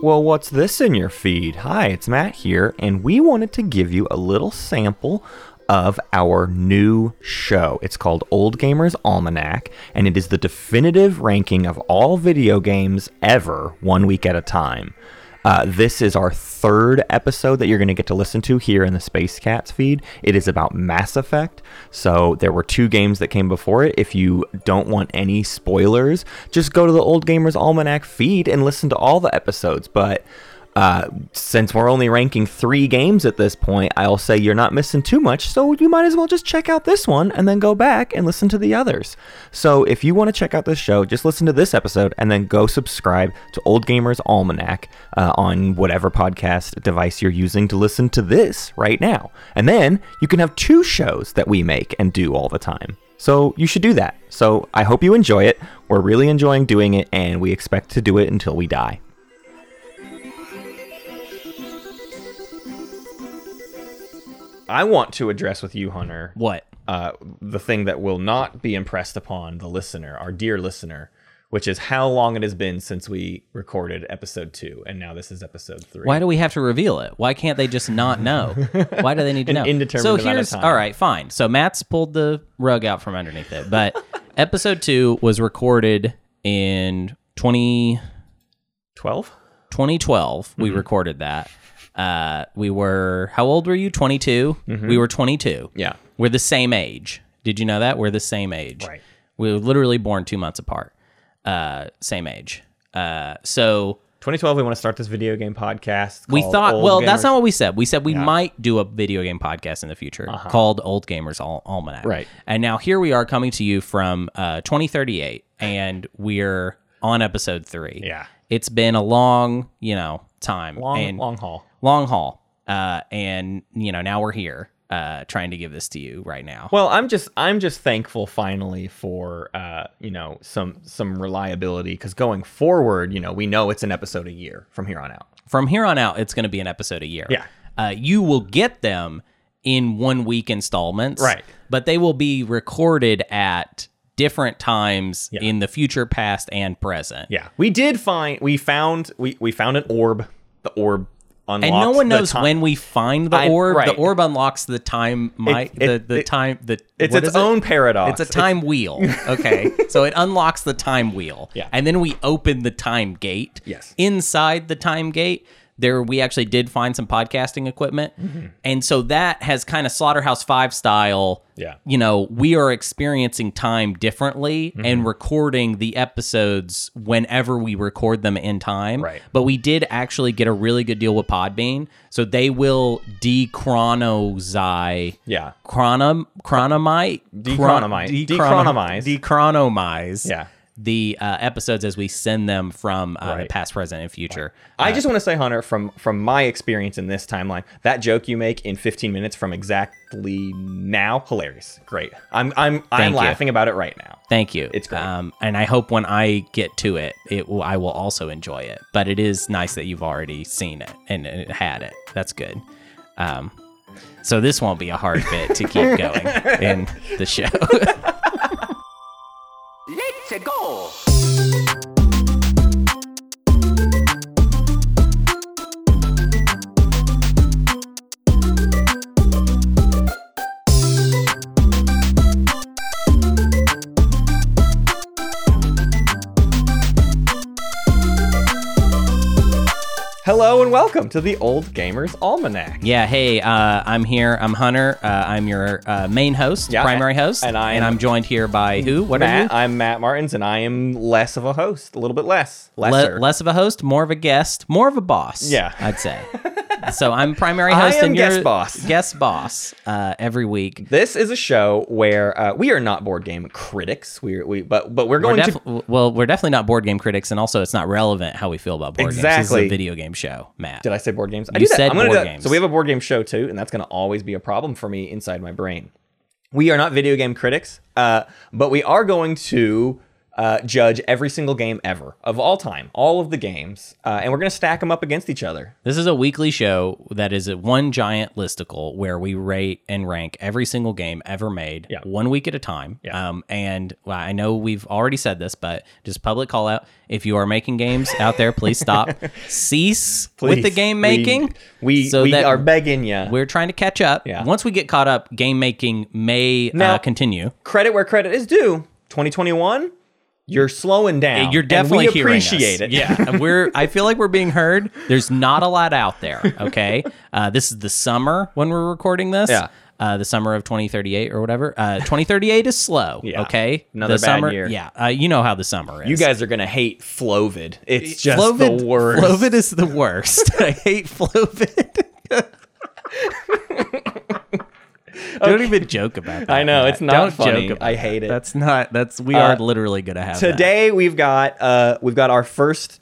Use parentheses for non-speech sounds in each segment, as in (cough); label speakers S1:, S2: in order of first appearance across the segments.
S1: Well, what's this in your feed? Hi, it's Matt here, and we wanted to give you a little sample of our new show. It's called Old Gamers Almanac, and it is the definitive ranking of all video games ever, one week at a time. Uh, this is our third episode that you're going to get to listen to here in the Space Cats feed. It is about Mass Effect. So there were two games that came before it. If you don't want any spoilers, just go to the Old Gamers Almanac feed and listen to all the episodes. But uh, since we're only ranking three games at this point, I'll say you're not missing too much, so you might as well just check out this one and then go back and listen to the others. So if you want to check out this show, just listen to this episode and then go subscribe to Old Gamers Almanac uh, on whatever podcast device you're using to listen to this right now. And then you can have two shows that we make and do all the time. So you should do that. So I hope you enjoy it. We're really enjoying doing it, and we expect to do it until we die. I want to address with you, Hunter,
S2: What?
S1: uh, the thing that will not be impressed upon the listener, our dear listener, which is how long it has been since we recorded episode two, and now this is episode three.
S2: Why do we have to reveal it? Why can't they just
S1: (laughs)
S2: not know? Why do they need to
S1: An
S2: know?
S1: indeterminate
S2: so
S1: amount of
S2: here's
S1: time.
S2: all right, fine. So Matt's pulled the rug out from underneath
S1: (laughs)
S2: it, but episode two was recorded in 20,
S1: 12?
S2: 2012. We
S1: Mm-hmm.
S2: recorded that. Uh, we were how old were you? Twenty We were twenty two.
S1: Mm-hmm. Yeah.
S2: We're the same age. Did you know that? We're the same age.
S1: Right.
S2: We were literally born two months apart. Uh, same age. Uh, so
S1: 2012, we want to start this video game podcast.
S2: we
S1: called
S2: thought,
S1: Old
S2: well,
S1: Gamers-
S2: that's not what we said. We said we might do a video game podcast in the future called Old Gamers Al- Almanac.
S1: Uh-huh. Right.
S2: And now here we are coming to you from uh, 2038, and we're on episode three.
S1: Yeah.
S2: It's been a long, you know, time.
S1: Long,
S2: and
S1: long haul.
S2: long haul. Uh, and, you know, now we're here uh, trying to give this to you right now.
S1: Well, I'm just I'm just thankful finally for uh, you know some some reliability because going forward, you know, we know it's an episode a year from here on out.
S2: from here on out, it's going to be an episode a year.
S1: Yeah.
S2: Uh, you will get them in one week installments.
S1: Right.
S2: But they will be recorded at different times
S1: Yeah.
S2: in the future, past, and present.
S1: Yeah, we did find we found we we found an orb. The orb unlocked.
S2: And no one
S1: the
S2: knows
S1: ti-
S2: when we find the
S1: I-
S2: orb. The
S1: right.
S2: orb unlocks the time, my,
S1: It-
S2: the,
S1: it-
S2: the
S1: it-
S2: time, the
S1: It's
S2: what
S1: its
S2: is it?
S1: own paradox.
S2: It's a
S1: (laughs)
S2: time wheel. Okay. so it unlocks the time wheel.
S1: Yeah.
S2: And then we open the time gate.
S1: Yes.
S2: Inside the time gate, there we actually did find some podcasting equipment.
S1: Mm-hmm.
S2: And so that has kind of Slaughterhouse 5 style.
S1: Yeah.
S2: You know, we are experiencing time differently
S1: Mm-hmm.
S2: and recording the episodes whenever we record them in time.
S1: Right.
S2: But we did actually get a really good deal with Podbean. So they will dechronosize
S1: yeah,
S2: chronom chronomite
S1: Dechronomite.
S2: dechronomize
S1: Dechronomize.
S2: dechronomize
S1: Yeah.
S2: the uh, episodes as we send them from uh, the
S1: Right.
S2: past present and future
S1: I just want to say, Hunter, from from my experience in this timeline, that joke you make in 15 minutes from exactly now, hilarious, great. I'm I'm I'm
S2: Thank you.
S1: laughing about it right now.
S2: thank you
S1: It's great.
S2: um and i hope when i get to it it will, i will also enjoy it but it is nice that you've already seen it and, and had it that's good um so this won't be a hard bit to keep
S1: (laughs)
S2: going in the show (laughs)
S3: Let's go!
S1: Hello and welcome to the Old Gamers Almanac.
S2: Yeah, hey, uh, I'm here. I'm Hunter. Uh, I'm your uh, main host,
S1: Yeah,
S2: primary
S1: and-
S2: host,
S1: and I'm-
S2: and I'm joined here by who? What are you?
S1: Matt, I'm Matt Martins, and I am less of a host, a little bit less, lesser.
S2: Le- less of a host, more of a guest, more of a boss.
S1: Yeah. (laughs)
S2: I'd say. so I'm primary
S1: I
S2: host
S1: am
S2: and your
S1: guest boss.
S2: guest boss uh, every week.
S1: This is a show where uh, we are not board game critics. We, we but but we're
S2: We're
S1: going to
S2: def- well, we're definitely not board game critics, and also it's not relevant how we feel about board games. This is
S1: Exactly.
S2: a video game show, Matt.
S1: Did I say board games? I
S2: You
S1: do that.
S2: said
S1: I'm gonna do
S2: board
S1: that.
S2: games.
S1: So we have a board game show too, and that's going to always be a problem for me inside my brain. We are not video game critics, uh, but we are going to uh, judge every single game ever of all time, all of the games, uh, and we're gonna stack them up against each other.
S2: This is a weekly show that is a one giant listicle where we rate and rank every single game ever made,
S1: Yeah.
S2: one week at a time.
S1: Yeah.
S2: Um, and well, I know we've already said this, but just public call out: if you are making games out there,
S1: (laughs)
S2: please stop, cease with the
S1: Please,
S2: game
S1: we-
S2: making.
S1: we
S2: so
S1: we
S2: that
S1: are begging you.
S2: we're trying to catch up.
S1: Yeah.
S2: Once we get caught up, game making may uh,
S1: Now-
S2: continue.
S1: credit where credit is due. 2021, you're slowing down.
S2: You're
S1: and
S2: definitely
S1: we
S2: hearing us.
S1: appreciate it.
S2: Yeah, we're. I feel like we're being heard. There's not a lot out there.
S1: (laughs)
S2: Okay, uh, this is the summer when we're recording this.
S1: Yeah.
S2: Uh, the summer of 2038 or whatever. Uh, 2038 is slow.
S1: Yeah.
S2: Okay.
S1: Another
S2: the
S1: bad
S2: summer,
S1: year.
S2: Yeah. Uh, you know how the summer is.
S1: You guys are gonna hate Flovid. It's just
S2: Flovid-
S1: the worst.
S2: Flovid is the
S1: (laughs)
S2: worst. I hate Flovid. Don't even joke about that.
S1: I know
S2: Matt.
S1: it's not
S2: Don't
S1: funny.
S2: Joke about
S1: I hate it. Uh,
S2: That's not. That's we are literally gonna have that.
S1: Today we've got uh we've got our first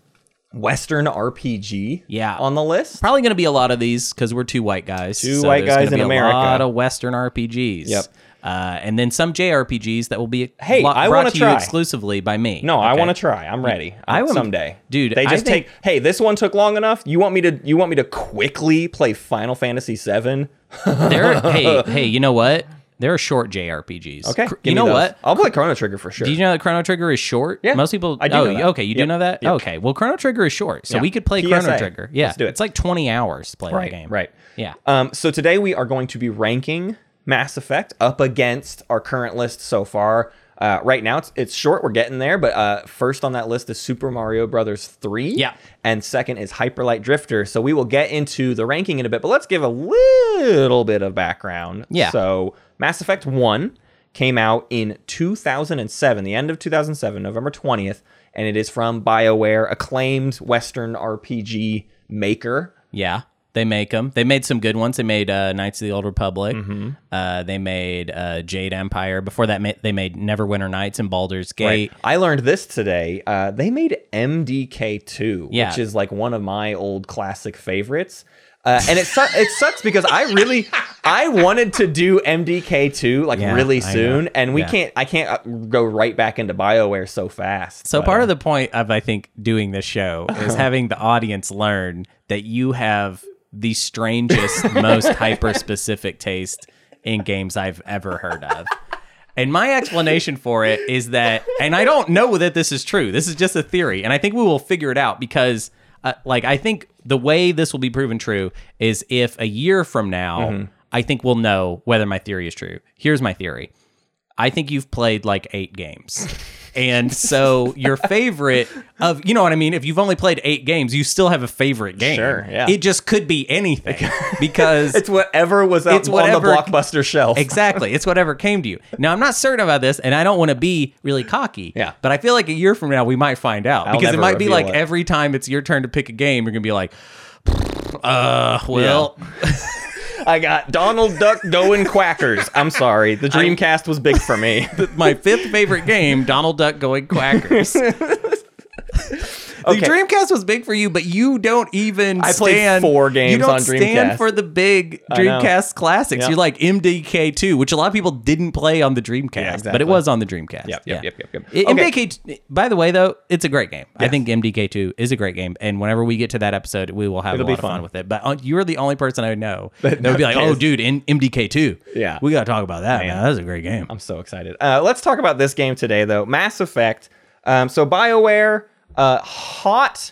S1: Western RPG
S2: Yeah.
S1: on the list.
S2: Probably going to be a lot of these because we're two white guys.
S1: Two white
S2: there's
S1: guys
S2: gonna
S1: in
S2: be A lot
S1: America.
S2: of Western RPGs.
S1: Yep.
S2: Uh, and then some JRPGs that will be
S1: Hey,
S2: lo-
S1: I
S2: brought
S1: wanna
S2: to
S1: try.
S2: you exclusively by me.
S1: No, I
S2: okay?
S1: want to try. I'm ready.
S2: I would-
S1: someday,
S2: dude,
S1: They
S2: I
S1: just
S2: think-
S1: take. Hey, this one took long enough. You want me to? You want me to quickly play Final Fantasy VII?
S2: There are-
S1: (laughs)
S2: hey, hey, you know what? There are short JRPGs.
S1: Okay,
S2: Cr-
S1: give
S2: you
S1: me
S2: know
S1: those.
S2: what?
S1: I'll play Chrono Trigger for sure.
S2: Do you know that Chrono Trigger is short?
S1: Yeah,
S2: Most people.
S1: I do
S2: Oh,
S1: know that.
S2: okay. You do
S1: Yep,
S2: know that.
S1: yep.
S2: Okay. Well, Chrono Trigger is short, so
S1: Yeah.
S2: we could play Chrono
S1: PSA.
S2: Trigger. Yeah.
S1: Let's do it.
S2: It's like twenty hours to play
S1: right,
S2: the game.
S1: right.
S2: Yeah.
S1: Um, so today we are going to be ranking Mass Effect up against our current list so far. Uh, right now it's it's short. We're getting there, but uh, first on that list is Super Mario Brothers three.
S2: Yeah.
S1: and second is Hyper Light Drifter. So we will get into the ranking in a bit, but let's give a little bit of background.
S2: Yeah.
S1: So Mass Effect one came out in 2007, the end of 2007, November 20th, and it is from BioWare, acclaimed Western RPG maker.
S2: Yeah, they make them. They made some good ones. They made uh, Knights of the Old Republic. Uh, they made uh, Jade Empire. Before that, ma- they made Neverwinter Nights and Baldur's Gate.
S1: I learned this today. Uh, they made MDK2,
S2: Yeah.
S1: which is like one of my old classic favorites. Uh, and it su- it sucks because I
S2: (laughs)
S1: really I wanted to do MDK2 like
S2: Yeah,
S1: really
S2: I know.
S1: soon, and we
S2: Yeah.
S1: can't I can't uh, go right back into Bioware so fast.
S2: So part of the point of I think doing this show is having the audience learn that you have the strangest, most hyper specific taste in games I've ever heard of. And my explanation for it is that, and I don't know that this is true. This is just a theory, and I think we will figure it out because, uh, like, I think the way this will be proven true is if a year from now,
S1: Mm-hmm.
S2: I think we'll know whether my theory is true. Here's my theory. I think you've played like eight games. And so your favorite of you know what I mean, if you've only played eight games, you still have a favorite game.
S1: Sure, yeah.
S2: It just could be
S1: (laughs)
S2: anything because
S1: it's whatever was up
S2: It's
S1: on
S2: whatever-
S1: the blockbuster shelf.
S2: Exactly. It's whatever came to you. Now, I'm not certain about this, and I don't want to be really cocky.
S1: Yeah.
S2: But I feel like a year from now, we might find out.
S1: I'll
S2: because it
S1: never
S2: might be
S1: reveal
S2: like
S1: it.
S2: every time it's your turn to pick a game, you're going to be like, uh, well,
S1: I got Donald Duck
S2: (laughs)
S1: going quackers. I'm sorry, the Dreamcast was big for me.
S2: my fifth favorite game, Donald
S1: (laughs)
S2: Duck going quackers. The
S1: Okay.
S2: Dreamcast was big for you, but you don't even.
S1: I played
S2: stand-
S1: four games
S2: You don't
S1: on
S2: stand
S1: Dreamcast.
S2: for the big
S1: know.
S2: Dreamcast classics.
S1: Yeah.
S2: You're like MDK two, which a lot of people didn't play on the Dreamcast, but
S1: exactly.
S2: it was on the Dreamcast.
S1: Yep, yep, yep, yep, yep.
S2: I-
S1: Okay.
S2: MDK. t- By the way, though, it's a great game. I think MDK two is a great game, and whenever we get to that episode, we will have
S1: It'll
S2: a lot
S1: be
S2: of fun
S1: fun.
S2: with it. But uh, you're the only person
S1: (laughs)
S2: I know that would be like, "Oh,
S1: cares.
S2: dude, in MDK two,
S1: Yeah.
S2: we got to talk about that. Man, that's a great game."
S1: I'm so excited. Uh, let's talk about this game today, though. Mass Effect. Um, so Bioware, uh, hot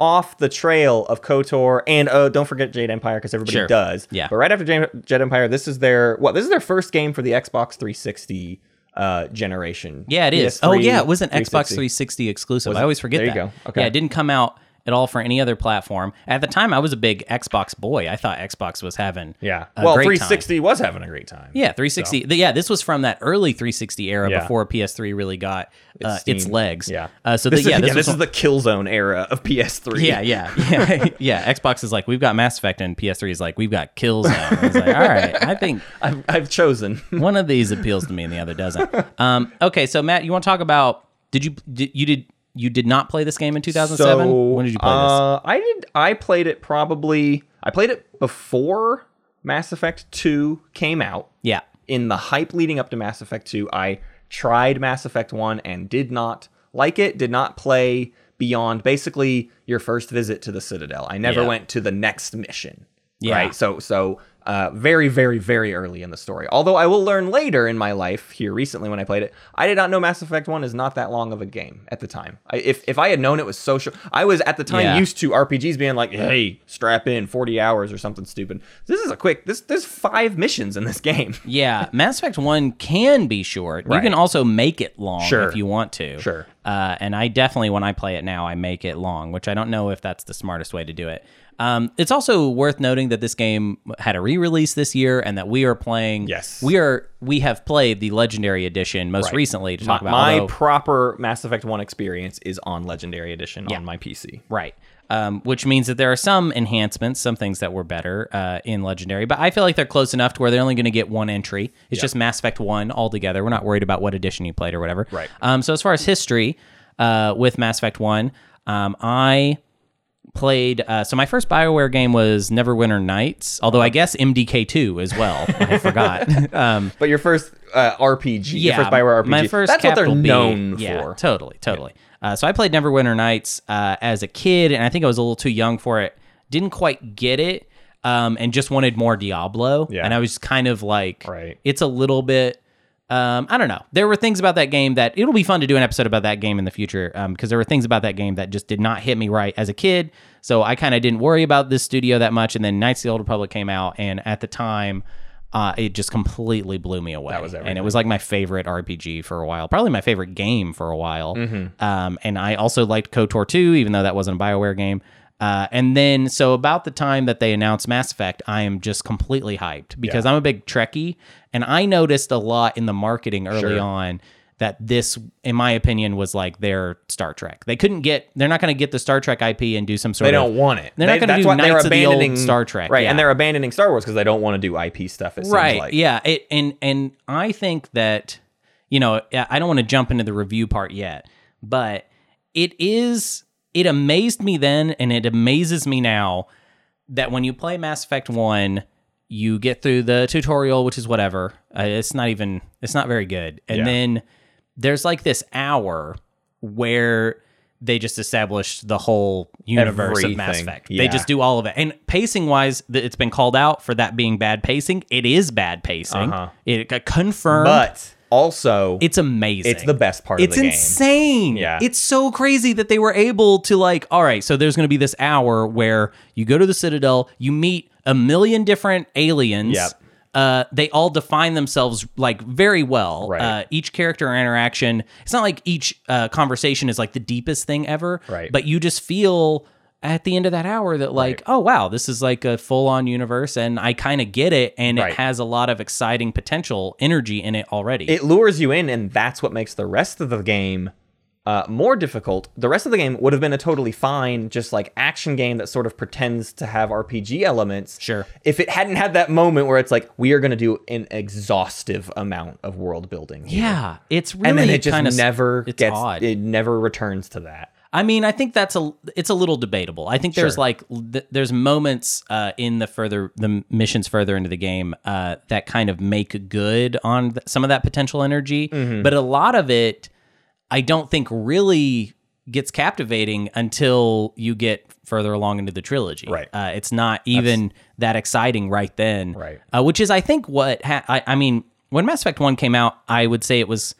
S1: off the trail of KOTOR, and oh, don't forget Jade Empire because everybody
S2: Sure.
S1: does.
S2: Yeah.
S1: But right after Jade, Jade Empire, this is their what? This is their first game for the Xbox 360 uh, generation.
S2: Yeah, it is.
S1: PS3,
S2: Oh, yeah, it was an Xbox
S1: 360.
S2: 360 exclusive. I
S1: it?
S2: always forget
S1: There you
S2: that.
S1: go. Okay.
S2: Yeah, it didn't come out at all for any other platform. At the time, I was a big Xbox boy. I thought Xbox was having
S1: Yeah.
S2: a
S1: well,
S2: great time.
S1: 360 was having a great time.
S2: Yeah, 360. th- Yeah, this was from that early 360 era
S1: Yeah.
S2: before PS3 really got uh,
S1: Steam.
S2: its legs.
S1: Yeah.
S2: Uh, so
S1: This
S2: the, yeah,
S1: is,
S2: this,
S1: yeah,
S2: was
S1: this is the Killzone era of PS3. (laughs)
S2: (laughs) yeah, yeah, yeah, yeah. Xbox is like we've got Mass Effect, and PS3 is like we've got Killzone. I was like, all right, I think
S1: I've, I've chosen.
S2: one of these appeals to me and the other doesn't. Um, okay, so Matt, you want to talk about? Did you did, you did you did not play this game in 2007? when did you play this?
S1: uh, I did. I played it probably. I played it before Mass Effect Two came out.
S2: Yeah,
S1: In the hype leading up to Mass Effect Two, I tried Mass Effect One and did not like it, did not play beyond basically your first visit to the Citadel. I never
S2: Yeah.
S1: went to the next mission.
S2: Yeah.
S1: Right. So so uh, very very very early in the story. Although I will learn later in my life here recently when I played it, I did not know Mass Effect One is not that long of a game at the time. I, if if I had known it was social, I was at the time
S2: Yeah.
S1: used to RPGs being like, hey, strap in forty hours or something stupid. This is a quick. This there's five missions in this (laughs) game.
S2: Yeah, Mass Effect One can be short. You can
S1: Right.
S2: also make it long
S1: Sure.
S2: if you want to.
S1: Sure.
S2: Uh, and I definitely, when I play it now, I make it long, which I don't know if that's the smartest way to do it. Um, it's also worth noting that this game had a re-release this year, and that we are playing.
S1: Yes.
S2: we are. We have played the Legendary Edition most
S1: Right.
S2: recently to talk about.
S1: my
S2: although-
S1: proper Mass Effect One experience is on Legendary Edition on my PC.
S2: Right. Um, which means that there are some enhancements, some things that were better uh, in Legendary, but I feel like they're close enough to where they're only going to get one entry. It's just Mass Effect 1 altogether. We're not worried about what edition you played or whatever.
S1: Right.
S2: Um, so, as far as history uh, with Mass Effect 1, um, I played. Uh, so, my first BioWare game was Neverwinter Nights, although I guess MDK2 as well. I forgot. um,
S1: (laughs) But your first uh, RPG,
S2: yeah,
S1: your first Bioware RPG,
S2: My first
S1: that's what they're
S2: capital B.
S1: known
S2: yeah,
S1: for.
S2: Totally, totally. Uh, so I played Neverwinter Nights uh, as a kid, and I think I was a little too young for it. Didn't quite get it, um, and just wanted more Diablo.
S1: Yeah.
S2: And I was kind of like,
S1: Right.
S2: it's a little bit. Um, I don't know. There were things about that game that it'll be fun to do an episode about that game in the future because there were things about that game that just did not hit me right as a kid. So I kind of didn't worry about this studio that much. And then Knights of the Old Republic came out, and at the time, uh, it just completely blew me away. That
S1: was
S2: and it was like my favorite RPG for a while, probably my favorite game for a while.
S1: Mm-hmm.
S2: Um, and I also liked KOTOR 2, even though that wasn't a BioWare game. Uh, and then, so about the time that they announced Mass Effect, I am just completely hyped because I'm a big Trekkie. And I noticed a lot in the marketing early
S1: Sure.
S2: on that this, in my opinion, was like their Star Trek. They couldn't get, they're not going to get the Star Trek IP and do some sort
S1: They
S2: of.
S1: don't want it.
S2: They're
S1: They-
S2: not going to
S1: that's
S2: do
S1: why
S2: Knights of the Old Star Trek.
S1: right?
S2: yeah
S1: And they're abandoning Star Wars because they don't want to do IP stuff. It seems
S2: right
S1: like.
S2: yeah it and and i think that you know i I don't want to jump into the review part yet but it is it amazed me then and it amazes me now that when you play mass effect 1 you get through the tutorial which is whatever uh, it's not even it's not very good and
S1: Yeah.
S2: then there's like this hour where they just establish the whole universe of Mass
S1: Everything.
S2: Effect. They
S1: Yeah.
S2: just do all of it. And pacing wise, th- it's been called out for that being bad pacing. It is bad pacing.
S1: Uh-huh.
S2: It got confirmed.
S1: But also, it's,
S2: it's amazing.
S1: the best part
S2: It's
S1: of the
S2: insane.
S1: Yeah.
S2: It's so crazy that they were able to like, all right, so there's going to be this hour where you go to the Citadel, you meet a million different aliens.
S1: Yep.
S2: Uh, they all define themselves like very well.
S1: Right.
S2: Uh, each character interaction. It's not like each uh, conversation is like the deepest thing ever.
S1: Right.
S2: But you just feel at the end of that hour that like, oh wow, this is like a full on universe, and I kind of get it, and
S1: Right.
S2: it has a lot of exciting potential energy in it already.
S1: game. It lures you in, and that's what makes the rest of the game. Uh, more difficult. The rest of the game would have been a totally fine, just like action game that sort of pretends to have RPG elements.
S2: Sure.
S1: If it hadn't had that moment where it's like, we are going to do an exhaustive amount of world building. here.
S2: Yeah, it's really
S1: and then it just
S2: kind of
S1: never
S2: it's
S1: gets
S2: odd.
S1: it never returns to that
S2: I mean, I think that's a it's a little debatable. I think there's
S1: Sure.
S2: like th- there's moments uh, in the further the missions further into the game uh, that kind of make good on th- some of that potential energy,
S1: Mm-hmm.
S2: but a lot of it I don't think really gets captivating until you get further along into the trilogy.
S1: Right.
S2: Uh, it's not even that exciting right then.
S1: Right.
S2: Uh, which is, I think, what ha- I, I mean. When Mass Effect One came out, I would say it was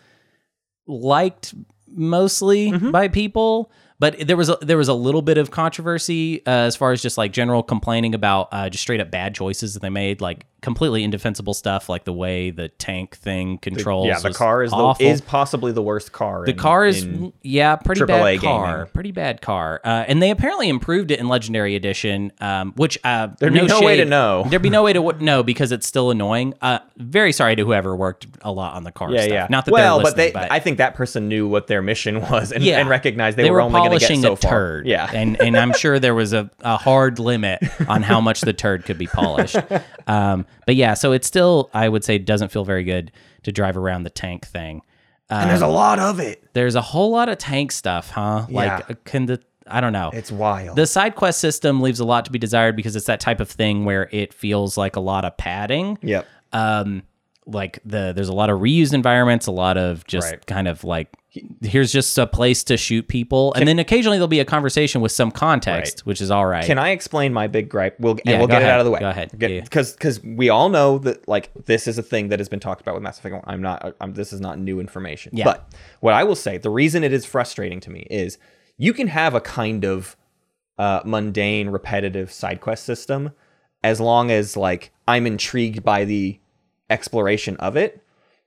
S2: liked mostly
S1: Mm-hmm.
S2: by people, but there was a, there was a little bit of controversy uh, as far as just like general complaining about uh, just straight up bad choices that they made, like completely indefensible stuff, like the way the tank thing controls.
S1: yeah the
S2: was
S1: car is
S2: awful.
S1: the, is possibly the worst car
S2: The car is yeah, pretty
S1: AAA
S2: bad car,
S1: gaming.
S2: pretty bad car. Uh, and they apparently improved it in Legendary Edition, um, which uh,
S1: There'd be no way to
S2: shade-
S1: know.
S2: (laughs) There'd be no way to
S1: (laughs)
S2: w- know because it's still annoying. Uh, very sorry to whoever worked a lot on the car.
S1: yeah
S2: stuff.
S1: yeah
S2: Not that
S1: well
S2: they're
S1: but
S2: listening,
S1: they i think that person knew what their mission (laughs) was and, and recognized they,
S2: were,
S1: only going to
S2: polishing
S1: get so
S2: a
S1: far
S2: turd.
S1: yeah
S2: and and I'm sure there was a, a hard limit on how much the turd could
S1: (laughs)
S2: be polished. Um, but yeah, so it still I would say doesn't feel very good to drive around the tank thing.
S1: and
S2: Uh,
S1: there's a lot of it
S2: There's a whole lot of tank stuff, huh? Like
S1: Yeah.
S2: can the I don't know.
S1: it's wild
S2: The side quest system leaves a lot to be desired because it's that type of thing where it feels like a lot of padding.
S1: yep
S2: Um, like the there's a lot of reused environments, a lot of just
S1: Right.
S2: kind of like here's just a place to shoot people, and then occasionally there'll be a conversation with some context, which is all right.
S1: Can I explain my big gripe? We'll and
S2: Yeah,
S1: we'll
S2: go
S1: get it
S2: ahead.
S1: out of the way.
S2: Go ahead. Yeah, yeah.
S1: Because because we all know that like this is a thing that has been talked about with Mass Effect. I'm not. I'm, this is not new information.
S2: Yeah.
S1: But what I will say, the reason it is frustrating to me is you can have a kind of uh, mundane, repetitive side quest system as long as like I'm intrigued by the exploration of it.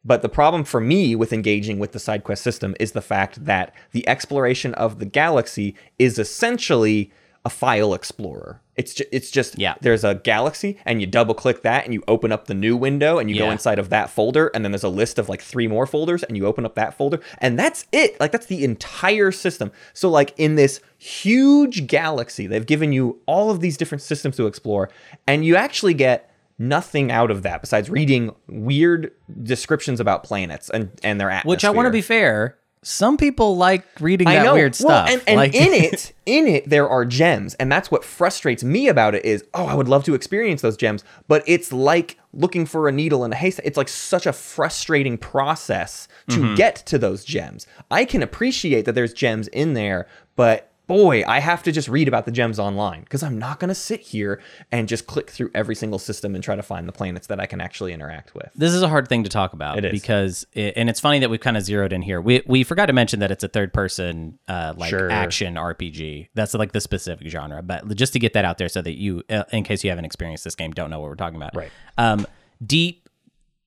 S1: But the problem for me with engaging with the side quest system is the fact that the exploration of the galaxy is essentially a file explorer. It's ju- it's just
S2: Yeah.
S1: there's a galaxy and you double click that and you open up the new window and you go
S2: Yeah.
S1: inside of that folder and then there's a list of like three more folders and you open up that folder and that's it. Like that's the entire system. So like in this huge galaxy, they've given you all of these different systems to explore and you actually get nothing out of that besides reading weird descriptions about planets and and their atmosphere.
S2: Which I want to be fair. Some people like reading
S1: I
S2: that
S1: know.
S2: weird
S1: Well,
S2: stuff.
S1: and, and
S2: like, (laughs)
S1: in it, in it, there are gems, and that's what frustrates me about it. Is oh, I would love to experience those gems, but it's like looking for a needle in a haystack. It's like such a frustrating process to get to those gems. I can appreciate that there's gems in there, but boy, I have to just read about the gems online because I'm not gonna sit here and just click through every single system and try to find the planets that I can actually interact with.
S2: this is a hard thing to talk about
S1: It is.
S2: because it, and it's funny that we've kind of zeroed in here. We we forgot to mention that it's a third person uh like
S1: Sure.
S2: action RPG. That's like the specific genre, but just to get that out there so that you uh, in case you haven't experienced this game don't know what we're talking about.
S1: Right.
S2: Um deep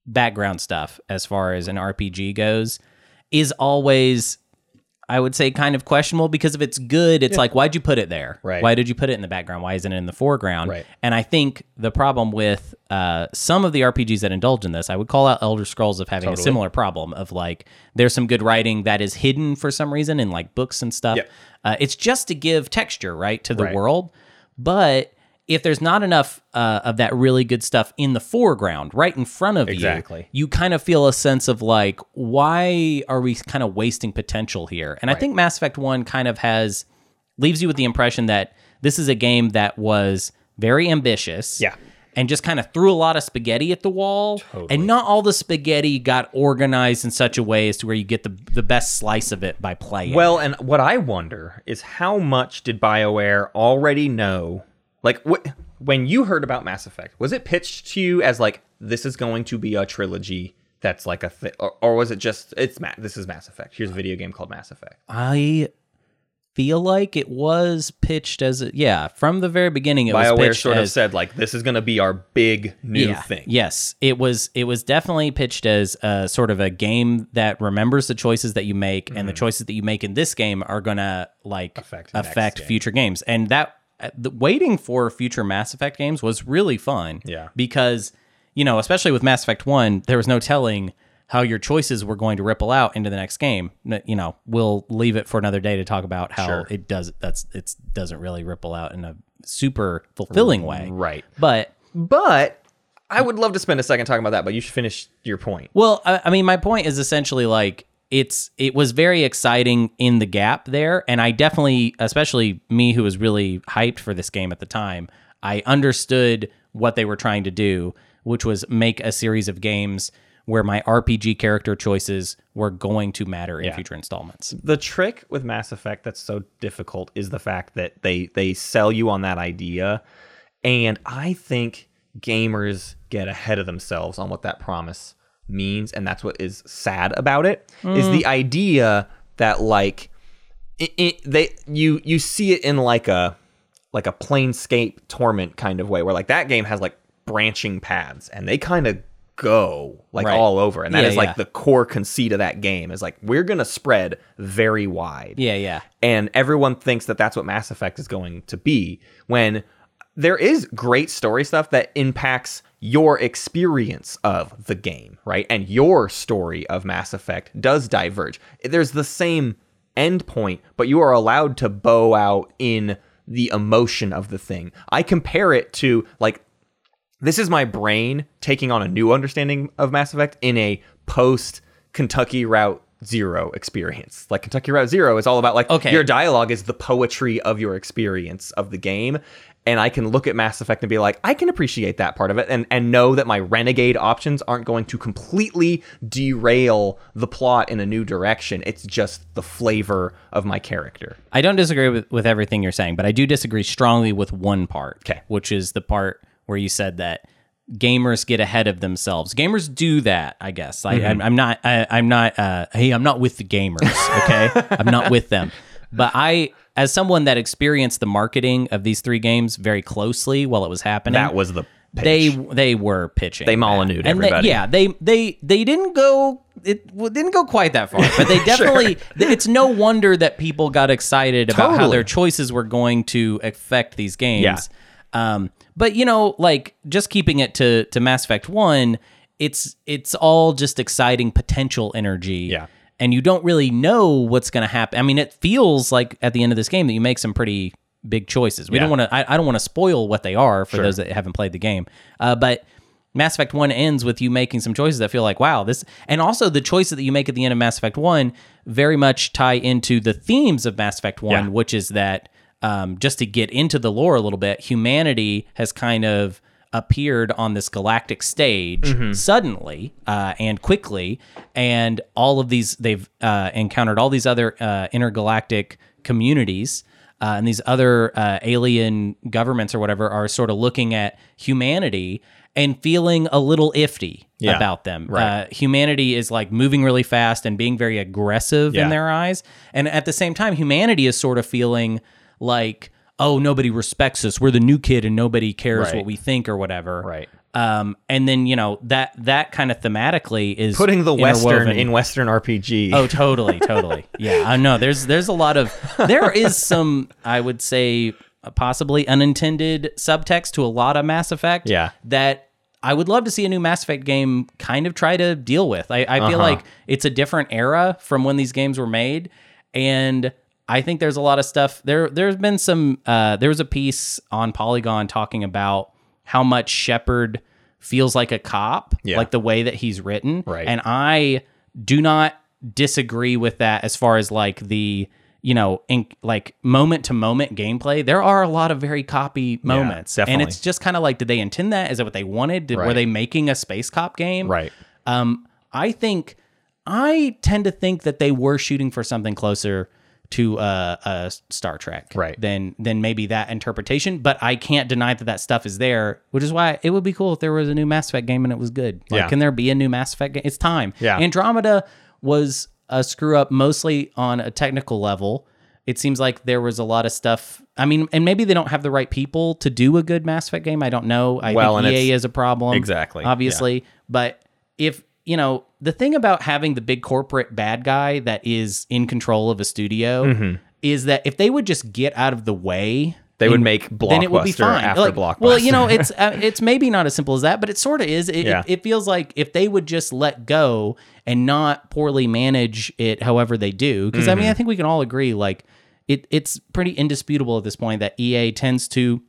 S2: background stuff as far as an RPG goes is always I would say kind of questionable because if it's good, it's like why'd you put it there?
S1: Right.
S2: Why did you put it in the background? Why isn't it in the foreground?
S1: Right.
S2: And I think the problem with uh, some of the RPGs that indulge in this, I would call out Elder Scrolls of having a similar problem of like there's some good writing that is hidden for some reason in like books and stuff.
S1: Yep.
S2: Uh, it's just to give texture right to the
S1: Right.
S2: world, but if there's not enough uh, of that really good stuff in the foreground, right in front of you,
S1: Exactly.
S2: you kind of feel a sense of like, why are we kind of wasting potential here? And I think Mass Effect 1 kind of has leaves you with the impression that this is a game that was very ambitious.
S1: Yeah.
S2: And just kind of threw a lot of spaghetti at the wall. And not all the spaghetti got organized in such a way as to where you get the, the best slice of it by playing.
S1: Well, and what I wonder is how much did BioWare already know? Like, what when you heard about Mass Effect, was it pitched to you as like this is going to be a trilogy? That's like a thing, or, or was it just it's Ma- this is Mass Effect? Here's a video game called Mass Effect.
S2: I feel like it was pitched as a, yeah, from the very beginning it was
S1: BioWare
S2: pitched
S1: sort of
S2: as
S1: said like this is going to be our big new
S2: yeah,
S1: thing.
S2: Yes, it was. It was definitely pitched as a sort of a game that remembers the choices that you make, and the choices that you make in this game are gonna like
S1: Mm-hmm. Affect
S2: affect,
S1: the next game.
S2: future games. And that uh, the, waiting for future Mass Effect games was really fun.
S1: Yeah.
S2: because you know, especially with Mass Effect One, there was no telling how your choices were going to ripple out into the next game. N- You know, we'll leave it for another day to talk about how
S1: Sure.
S2: it does. That's it doesn't really ripple out in a super fulfilling way.
S1: Right.
S2: But
S1: But I would love to spend a second talking about that. But you should finish your point.
S2: Well, I, I mean, my point is essentially like it's it was very exciting in the gap there, and I definitely, especially me who was really hyped for this game at the time, I understood what they were trying to do, which was make a series of games where my RPG character choices were going to matter in future installments.
S1: the trick with Mass Effect that's so difficult is the fact that they they sell you on that idea, and I think gamers get ahead of themselves on what that promise means, and that's what is sad about it. Is
S2: Mm.
S1: the idea that like it, it, they you you see it in like a like a planescape torment kind of way where like that game has like branching paths and they kind of go like
S2: Right.
S1: all over and that is
S2: Yeah,
S1: like
S2: yeah.
S1: the core conceit of that game is like we're gonna spread very wide
S2: Yeah, yeah.
S1: and everyone thinks that that's what mass effect is going to be when there is great story stuff that impacts your experience of the game right and your story of mass effect does diverge there's the same endpoint but you are allowed to bow out in the emotion of the thing i compare it to like this is my brain taking on a new understanding of Mass Effect in a post Kentucky Route Zero experience. Like Kentucky Route Zero is all about like
S2: Okay.
S1: your dialogue is the poetry of your experience of the game. And I can look at Mass Effect and be like, I can appreciate that part of it and, and know that my renegade options aren't going to completely derail the plot in a new direction. It's just the flavor of my character.
S2: I don't disagree with, with everything you're saying, but I do disagree strongly with one part,
S1: 'Kay.
S2: which is the part where you said that gamers get ahead of themselves. Gamers do that, I guess. Like, I'm, I'm not, I, I'm not, uh, hey, I'm not with the gamers, okay? I'm not with them. But I, as someone that experienced the marketing of these three games very closely while it was happening,
S1: That was the pitch.
S2: they they were pitching.
S1: They
S2: that.
S1: molyneuxed
S2: And they-
S1: everybody.
S2: yeah, they they they didn't go it well, didn't go quite that far,
S1: (laughs)
S2: but they definitely. th- It's no wonder that people got excited about how
S1: Totally.
S2: their choices were going to affect these games.
S1: Yeah.
S2: Um, but you know, like just keeping it to to Mass Effect One, it's it's all just exciting potential energy.
S1: Yeah.
S2: And you don't really know what's going to happen. I mean, it feels like at the end of this game that you make some pretty big choices. We
S1: Yeah.
S2: don't want to. I, I don't want to spoil what they are for those that haven't played the game. Uh, but Mass Effect One ends with you making some choices that feel like, wow, this. And also the choices that you make at the end of Mass Effect One very much tie into the themes of Mass Effect One,
S1: Yeah.
S2: which is that um, just to get into the lore a little bit, humanity has kind of appeared on this galactic stage suddenly uh, and quickly, and all of these they've uh, encountered all these other uh, intergalactic communities. Uh, and these other uh, alien governments or whatever are sort of looking at humanity and feeling a little iffy
S1: Yeah.
S2: about them. Uh, humanity is like moving really fast and being very aggressive in
S1: Yeah.
S2: their eyes. And at the same time, humanity is sort of feeling like, oh, nobody respects us. We're the new kid and nobody cares
S1: Right.
S2: what we think or whatever.
S1: Right.
S2: Um, and then, you know, that that kind of thematically is
S1: putting the Western
S2: interwoven.
S1: in Western RPG.
S2: Oh, totally, totally. yeah, I know. There's there's a lot of there is some I would say uh, possibly unintended subtext to a lot of Mass Effect.
S1: Yeah.
S2: that I would love to see a new Mass Effect game kind of try to deal with. I, I
S1: Uh-huh.
S2: feel like it's a different era from when these games were made, and I think there's a lot of stuff there. There's been some. Uh, there was a piece on Polygon talking about how much Shepard feels like a cop,
S1: Yeah.
S2: like the way that he's written,
S1: Right.
S2: and I do not disagree with that as far as like the you know in like moment to moment gameplay there are a lot of very copy moments and
S1: definitely.
S2: it's just kind of like did they intend that is that what they wanted did, were
S1: Right.
S2: they making a space cop game
S1: Right.
S2: um i think i tend to think that they were shooting for something closer to uh, uh star trek
S1: Right.
S2: than than maybe that interpretation but i can't deny that that stuff is there which is why it would be cool if there was a new mass effect game and it was good like
S1: Yeah.
S2: can there be a new mass effect game it's time
S1: Yeah.
S2: andromeda was a screw up mostly on a technical level it seems like there was a lot of stuff i mean and maybe they don't have the right people to do a good mass effect game i don't know i
S1: Well,
S2: think
S1: and
S2: ea
S1: it's-
S2: is a problem
S1: Exactly, yeah.
S2: obviously but if you know the thing about having the big corporate bad guy that is in control of a studio
S1: Mm-hmm.
S2: is that if they would just get out of the way
S1: They would make blockbuster
S2: then it would be fine
S1: after
S2: Like,
S1: blockbuster.
S2: well you know it's uh, it's maybe not as simple as that but it sort of is it,
S1: Yeah.
S2: it, it feels like if they would just let go and not poorly manage it however they do because i mean i
S1: Mm-hmm.
S2: think we can all agree like it, it's pretty indisputable at this point that ea tends to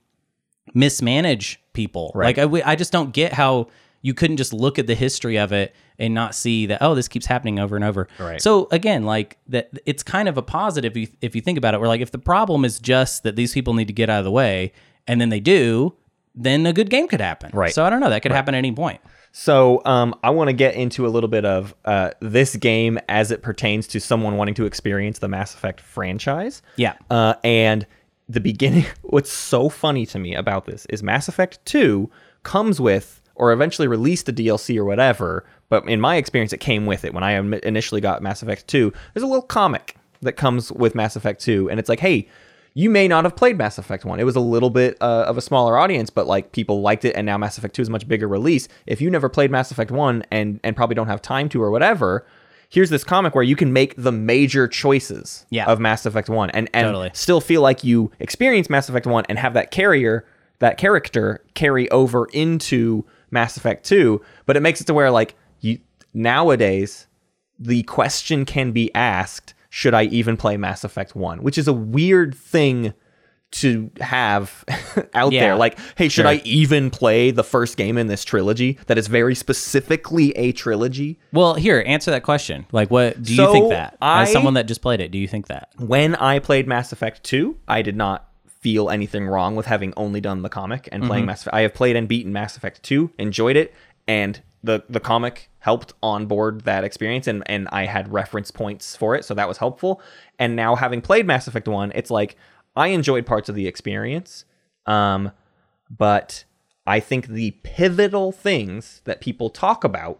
S2: mismanage people. Like I, we- I just don't get how you couldn't just look at the history of it and not see that oh this keeps happening over and over.
S1: Right.
S2: So again, like that it's kind of a positive if you, if you think about it. Where like if the problem is just that these people need to get out of the way and then they do, then a good game could happen.
S1: Right.
S2: So I don't know. That could happen at any point.
S1: So um, I want to get into a little bit of uh, this game as it pertains to someone wanting to experience the Mass Effect franchise.
S2: Yeah.
S1: Uh, and the beginning. (laughs) What's so funny to me about this is Mass Effect Two comes with, or eventually released a DLC or whatever. But in my experience, it came with it. When I im- initially got Mass Effect Two, there's a little comic that comes with Mass Effect Two, and it's like, hey. You may not have played Mass Effect 1. It was a little bit uh, of a smaller audience, but like people liked it and now Mass Effect 2 is a much bigger release. If you never played Mass Effect 1 and and probably don't have time to or whatever, here's this comic where you can make the major choices
S2: Yeah.
S1: of Mass Effect 1 and and
S2: Totally.
S1: still feel like you experience Mass Effect 1 and have that carrier, that character carry over into Mass Effect 2, but it makes it to where like you nowadays the question can be asked, should I even play Mass Effect 1? Which is a weird thing to have (laughs) out
S2: Yeah.
S1: there. Like, hey, should
S2: Sure.
S1: I even play the first game in this trilogy that is very specifically a trilogy?
S2: Well, here, answer that question. Like, what do you
S1: So,
S2: think that? As
S1: I-
S2: someone that just played it, do you think that?
S1: When I played Mass Effect 2, I did not feel anything wrong with having only done the comic and playing Mass Effect. I have played and beaten Mass Effect 2, enjoyed it, and the the comic helped onboard that experience and and I had reference points for it, so that was helpful. And now having played Mass Effect 1, it's like I enjoyed parts of the experience. Um but I think the pivotal things that people talk about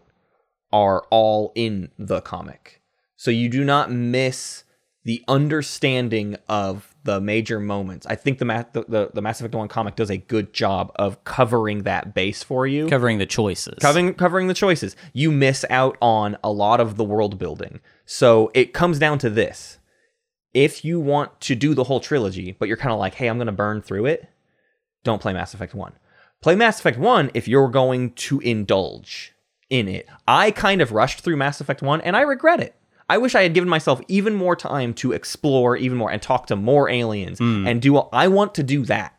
S1: are all in the comic. So you do not miss the understanding of the major moments. I think the, Ma- the, the, the Mass Effect 1 comic does a good job of covering that base for you
S2: Covering the choices.
S1: covering covering the choices you miss out on a lot of the world building so it comes down to this if you want to do the whole trilogy but you're kind of like hey i'm going to burn through it don't play mass effect 1 play mass effect 1 if you're going to indulge in it i kind of rushed through mass effect 1 and i regret it i wish i had given myself even more time to explore even more and talk to more aliens and do all, i want to do that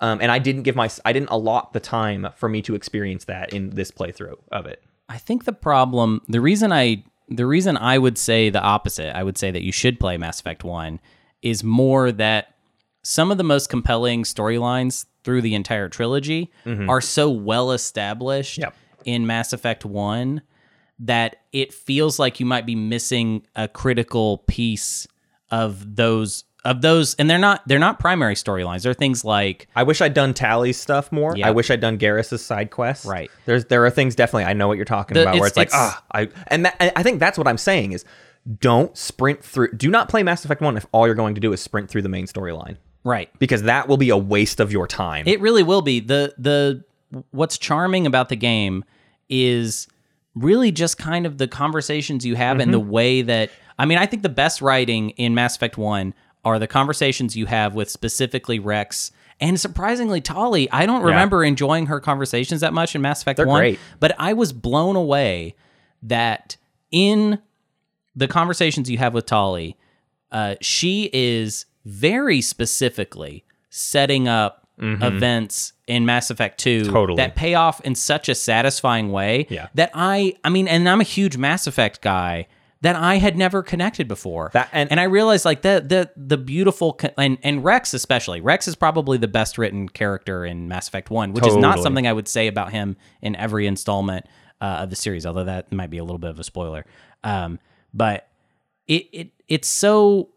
S1: um, and I didn't give my I didn't allot the time for me to experience that in this playthrough of it.
S2: I think the problem, the reason I, the reason I would say the opposite, I would say that you should play Mass Effect One, is more that some of the most compelling storylines through the entire trilogy are so well established
S1: Yep.
S2: in Mass Effect One that it feels like you might be missing a critical piece of those of those and they're not they're not primary storylines they're things like
S1: I wish I'd done Tally's stuff more.
S2: Yeah.
S1: I wish I'd done Garrus's side quests.
S2: Right.
S1: There's there are things definitely I know what you're talking
S2: The-
S1: about where it's,
S2: it's-
S1: like
S2: it's-
S1: ah I and that, I think that's what I'm saying is don't sprint through. Do not play Mass Effect One if all you're going to do is sprint through the main storyline
S2: right
S1: because that will be a waste of your time.
S2: It really will be. The the what's charming about the game is really just kind of the conversations you have and the way that I mean, I think the best writing in Mass Effect 1 are the conversations you have with specifically Rex and surprisingly Tolly. I don't remember enjoying her conversations that much in Mass Effect 1,
S1: great.
S2: but I was blown away that in the conversations you have with Tolly, uh, she is very specifically setting up events in Mass Effect 2
S1: Mm-hmm. Totally.
S2: that pay off in such a satisfying way
S1: Yeah.
S2: that I, I mean, and I'm a huge Mass Effect guy that I had never connected before.
S1: That- and-
S2: I realized like the the the beautiful co- and and Rex especially. Rex is probably the best written character in Mass Effect 1, which is not
S1: Totally.
S2: something I would say about him in every installment uh, of the series, although that might be a little bit of a spoiler. Um, but it, it it's so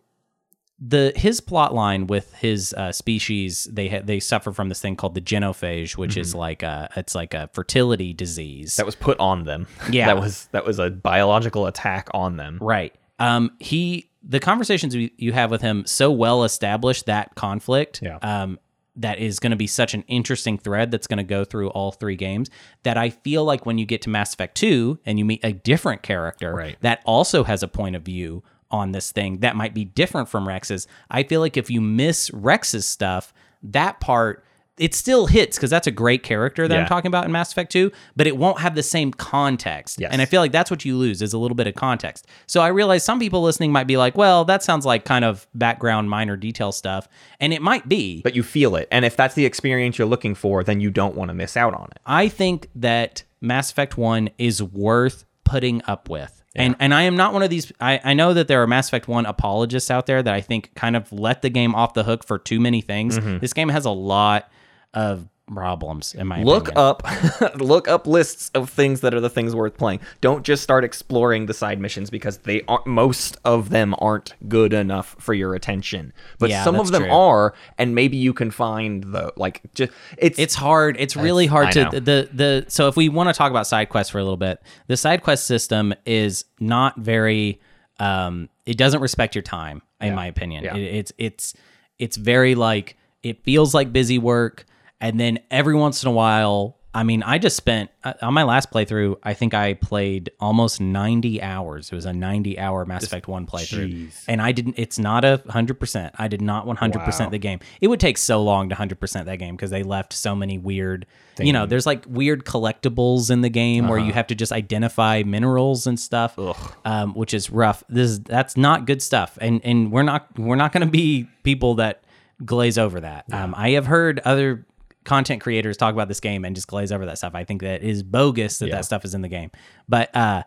S2: the his plot line with his uh, species they ha- they suffer from this thing called the genophage, which is like a it's like a fertility disease.
S1: that was put on them. (laughs)
S2: Yeah.
S1: that was that was a biological attack on them.
S2: Right. Um, he the conversations we, you have with him so well established that conflict.
S1: Yeah.
S2: Um, that is going to be such an interesting thread that's going to go through all three games. That I feel like when you get to Mass Effect Two and you meet a different character
S1: Right.
S2: that also has a point of view on this thing that might be different from Rex's. I feel like if you miss Rex's stuff, that part it still hits because that's a great character that I'm
S1: Yeah.
S2: talking about in Mass Effect 2, but it won't have the same context.
S1: Yes.
S2: And I feel like that's what you lose is a little bit of context. So I realize some people listening might be like, well, that sounds like kind of background minor detail stuff. And it might be.
S1: But you feel it, and if that's the experience you're looking for, then you don't want to miss out on it.
S2: I think that Mass Effect 1 is worth putting up with. And and I am not one of these I, I know that there are Mass Effect 1 apologists out there that I think kind of let the game off the hook for too many things. This game has a lot of problems in my
S1: look
S2: opinion.
S1: up (laughs) look up lists of things that are the things worth playing don't just start exploring the side missions because they are most of them aren't good enough for your attention but
S2: Yeah,
S1: some
S2: that's
S1: of them
S2: true.
S1: are and maybe you can find the like just it's,
S2: It's hard. It's really hard
S1: I
S2: to
S1: know.
S2: the the so if we want to talk about side quests for a little bit, the side quest system is not very um it doesn't respect your time in my opinion.
S1: Yeah.
S2: It, it's it's it's very like it feels like busy work and then every once in a while I mean, I just spent uh, on my last playthrough. I think I played almost ninety hours. It was a ninety-hour Mass Effect One playthrough,
S1: Jeez.
S2: and I didn't. It's not a hundred percent. I did not one hundred percent the game. It would take so long to hundred percent that game because they left so many weird. You know, there's like weird collectibles in the game where you have to just identify minerals and stuff, um, which is rough. This is that's not good stuff, and and we're not we're not going to be people that glaze over that. Um, I have heard other content creators talk about this game and just glaze over that stuff. I think that is bogus that
S1: Yeah.
S2: that stuff is in the game. But uh,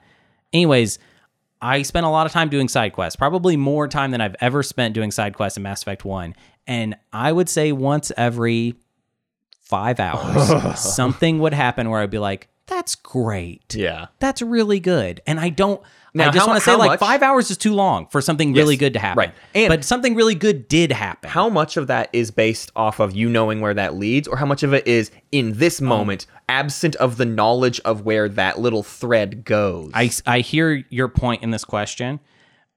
S2: anyways, I spent a lot of time doing side quests, probably more time than I've ever spent doing side quests in Mass Effect One, and I would say once every five
S1: (laughs)
S2: hours, something would happen where I'd be like, "That's great."
S1: Yeah.
S2: That's really good. And I don't I
S1: Now,
S2: just
S1: how-
S2: want to say
S1: how
S2: like
S1: much-
S2: 5 hours is too long for something really good to happen.
S1: right. And-
S2: but something really good did happen.
S1: How much of that is based off of you knowing where that leads, or how much of it is in
S2: Um,
S1: this moment, absent of the knowledge of where that little thread goes?
S2: I I hear your point in this question,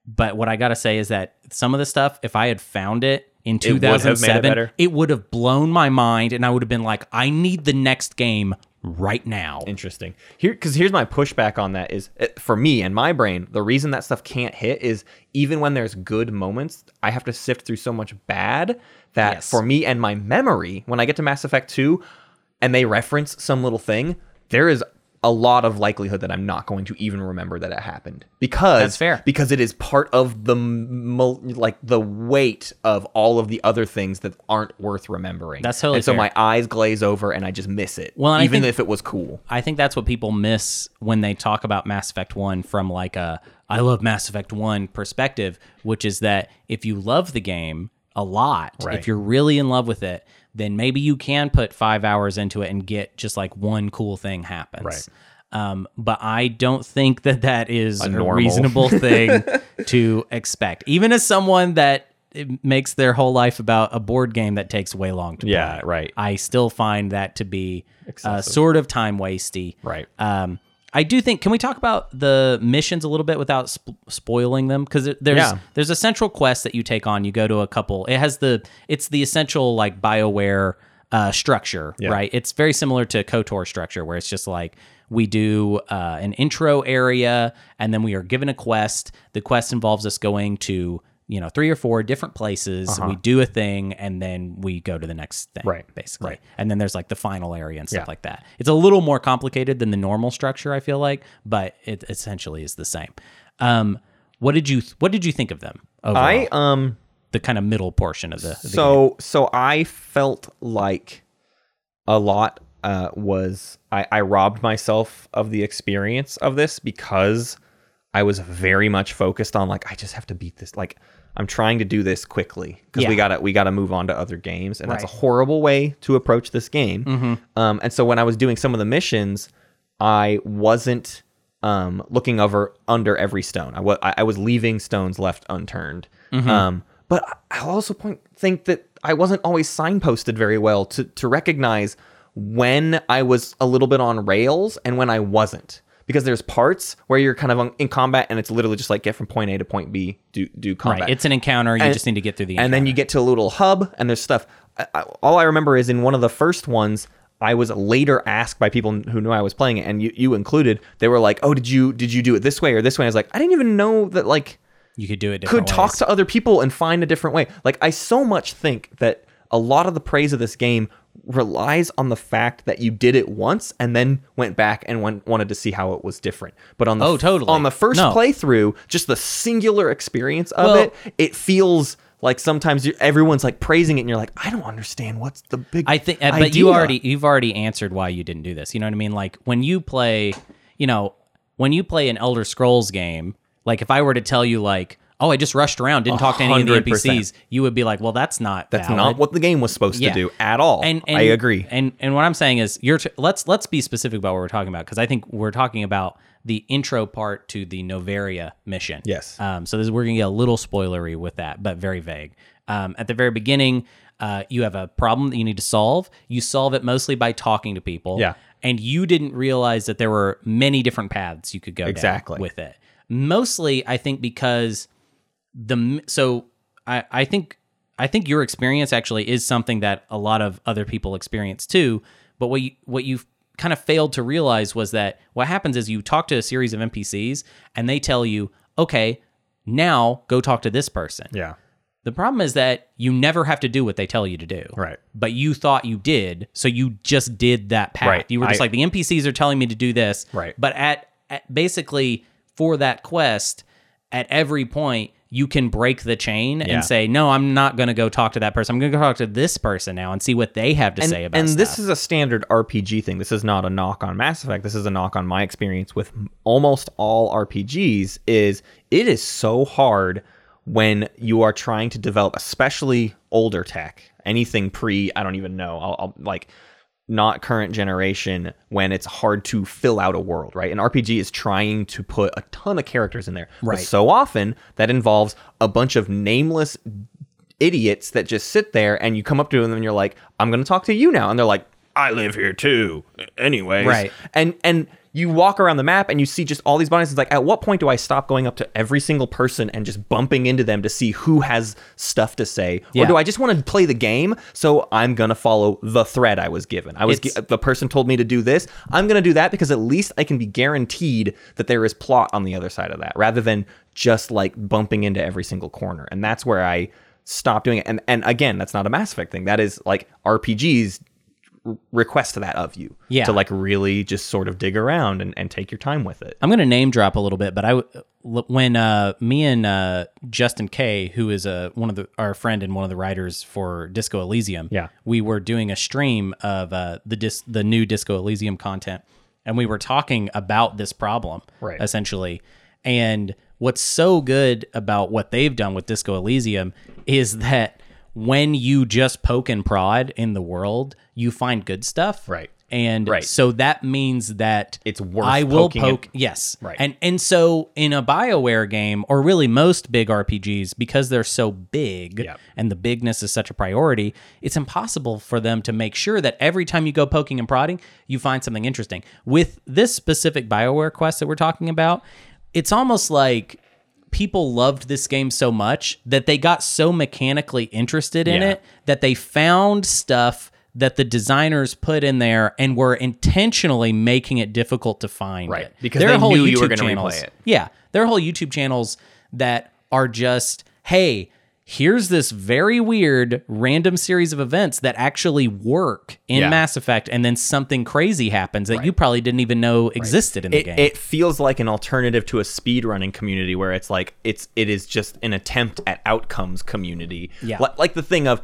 S2: but what I got to say is that some of the stuff if I had found it in
S1: have made it
S2: 2007,
S1: better.
S2: it would have blown my mind and I would have been like I need the next game right now.
S1: interesting here because here's my pushback on that is uh, for me and my brain the reason that stuff can't hit is even when there's good moments i have to sift through so much bad that
S2: Yes.
S1: for me and my memory when i get to mass effect 2 and they reference some little thing there is a lot of likelihood that i'm not going to even remember that it happened because
S2: That's fair.
S1: because it is part of the m- mul- like the weight of all of the other things that aren't worth remembering
S2: That's totally
S1: and so
S2: fair.
S1: my eyes glaze over and i just miss it
S2: Well, and I
S1: even
S2: think-
S1: if it was cool
S2: I think that's what people miss when they talk about Mass Effect 1 from like a I love Mass Effect 1 perspective, which is that if you love the game a lot, if
S1: Right.
S2: you're really in love with it, then maybe you can put 5 hours into it and get just like one cool thing happens.
S1: Right.
S2: Um, but I don't think that that is a,
S1: normal. (laughs)
S2: reasonable thing to expect. Even as someone that eh, makes their whole life about a board game that takes way long to play.
S1: Yeah, right.
S2: I still find that to be uh, sort of time wasty.
S1: Right.
S2: Um, I do think. Can we talk about the missions a little bit without sp- spoiling them? Because there's
S1: Yeah.
S2: there's a central quest that you take on. You go to a couple. It has the it's the essential like Bioware uh, structure, right? It's very similar to Kotor structure, where it's just like we do uh, an intro area, and then we are given a quest. The quest involves us going to you know three or four different places. We do a thing, and then we go to the next thing,
S1: Uh-huh. Right.
S2: Basically, and then there's like the final area and stuff
S1: Yeah.
S2: like that. It's a little more complicated than the normal structure, I feel like, but it essentially is the same. Um, what did you What did you think of them? Overall,
S1: I um
S2: the kind of middle portion of the, of the game.
S1: so so I felt like a lot uh was I I robbed myself of the experience of this because I was very much focused on like I just have to beat this like I'm trying to do this quickly because
S2: Yeah.
S1: we gotta we gotta move on to other games and that's
S2: Right. Mm-hmm.
S1: a horrible way to approach this game. Um, and so when I was doing some of the missions, I wasn't um, looking over under every stone. I wa- I- I was leaving stones left unturned. Um, but I- I'll also point think that I wasn't always signposted very well to to recognize when I was a little bit on rails and when I wasn't. Because there's parts where you're kind of on, in combat and it's literally just like get from point A to point B, do do combat.
S2: Right, it's an encounter. You
S1: And-
S2: just need to get through the
S1: And
S2: encounter.
S1: then you get to a little hub, and there's stuff. I, I, all I remember is in one of the first ones, I was later asked by people who knew I was playing it, and you, you included. They were like, "Oh, did you did you do it this way or this way?" I was like, "I didn't even know that like
S2: you could do it.
S1: could
S2: Different
S1: talk
S2: ways.
S1: to other people and find a different way." Like I so much think that a lot of the praise of this game relies on the fact that you did it once and then went back and went, wanted to see how it was different. But on the
S2: Oh,
S1: f-
S2: totally.
S1: on the first
S2: No.
S1: playthrough, just the singular experience of
S2: Well-
S1: it, it feels like sometimes you everyone's like praising it, and you're like, I don't understand what's the big.
S2: I think, uh, but you already you've already answered why you didn't do this. You know what I mean? Like when you play, you know, when you play an Elder Scrolls game, like if I were to tell you, like, oh, I just rushed around, didn't talk to any of the
S1: 100%.
S2: NPCs, you would be like, well, that's not
S1: That's not what the game was supposed
S2: Yeah.
S1: to do at all.
S2: And, and
S1: I agree.
S2: And and what I'm saying is, you're t- let's let's be specific about what we're talking about because I think we're talking about the intro part to the Novaria mission.
S1: Yes.
S2: Um, so this we're gonna get a little spoilery with that, but very vague. Um, at the very beginning, uh, you have a problem that you need to solve. You solve it mostly by talking to people.
S1: Yeah.
S2: And you didn't realize that there were many different paths you could go down
S1: Exactly.
S2: with it. Mostly, I think because the m- so I I think I think your experience actually is something that a lot of other people experience too. But what you what you kind of failed to realize was that what happens is you talk to a series of NPCs and they tell you, okay, now go talk to this person.
S1: yeah.
S2: The problem is that you never have to do what they tell you to do.
S1: Right.
S2: But you thought you did, so you just did that path.
S1: Right.
S2: You were just
S1: I-
S2: like the NPCs are telling me to do this.
S1: Right.
S2: But at, at basically for that quest, at every point you can break the chain
S1: Yeah.
S2: and say, no, I'm not going to go talk to that person. I'm going to go talk to this person now and see what they have to
S1: and,
S2: say about
S1: and this
S2: stuff."
S1: is a standard RPG thing. This is not a knock on Mass Effect. This is a knock on my experience with m- almost all RPGs. Is it is so hard when you are trying to develop, especially older tech, anything pre I don't even know, I'll, I'll like not current generation when it's hard to fill out a world, right? An RPG is trying to put a ton of characters in there.
S2: Right.
S1: But so often that involves a bunch of nameless idiots that just sit there and you come up to them and you're like, I'm gonna talk to you now. And they're like, I live here too. Anyways.
S2: Right.
S1: And and you walk around the map and you see just all these bodies. It's like, at what point do I stop going up to every single person and just bumping into them to see who has stuff to say? Or
S2: Yeah.
S1: do I just want to play the game? So I'm going to follow the thread I was given. I was gi-
S2: It's-
S1: the person told me to do this. I'm going to do that because at least I can be guaranteed that there is plot on the other side of that rather than just like bumping into every single corner. And that's where I stopped doing it. And and again, that's not a Mass Effect thing. That is like RPGs r- request that of you
S2: Yeah.
S1: to like really just sort of dig around and, and take your time with it.
S2: I'm going to name drop a little bit, but I w- l- when uh, me and uh, Justin Kay, who is a one of the our friend and one of the writers for Disco Elysium,
S1: Yeah.
S2: we were doing a stream of uh, the dis- the new Disco Elysium content, and we were talking about this problem,
S1: Right.
S2: essentially. And what's so good about what they've done with Disco Elysium is that when you just poke and prod in the world, you find good stuff,
S1: Right.
S2: And
S1: Right.
S2: so that means that
S1: It's worth
S2: I will
S1: poking and
S2: poke Yes.
S1: Right.
S2: And and so in a BioWare game, or really most big RPGs, because they're so big
S1: Yep.
S2: and the bigness is such a priority, it's impossible for them to make sure that every time you go poking and prodding, you find something interesting. With this specific BioWare quest that we're talking about, it's almost like people loved this game so much that they got so mechanically interested in
S1: Yeah.
S2: it that they found stuff that the designers put in there and were intentionally making it difficult to find
S1: Right,
S2: it.
S1: because they knew you were gonna replay
S2: channels-
S1: it.
S2: Yeah, there are whole YouTube channels that are just, hey, here's this very weird random series of events that actually work in
S1: Yeah.
S2: Mass Effect, and then something crazy happens that you probably didn't even know existed in the
S1: it,
S2: game.
S1: it feels like an alternative to a speedrunning community where it's like it's it is just an attempt at outcomes community.
S2: Yeah.
S1: Like, like the thing of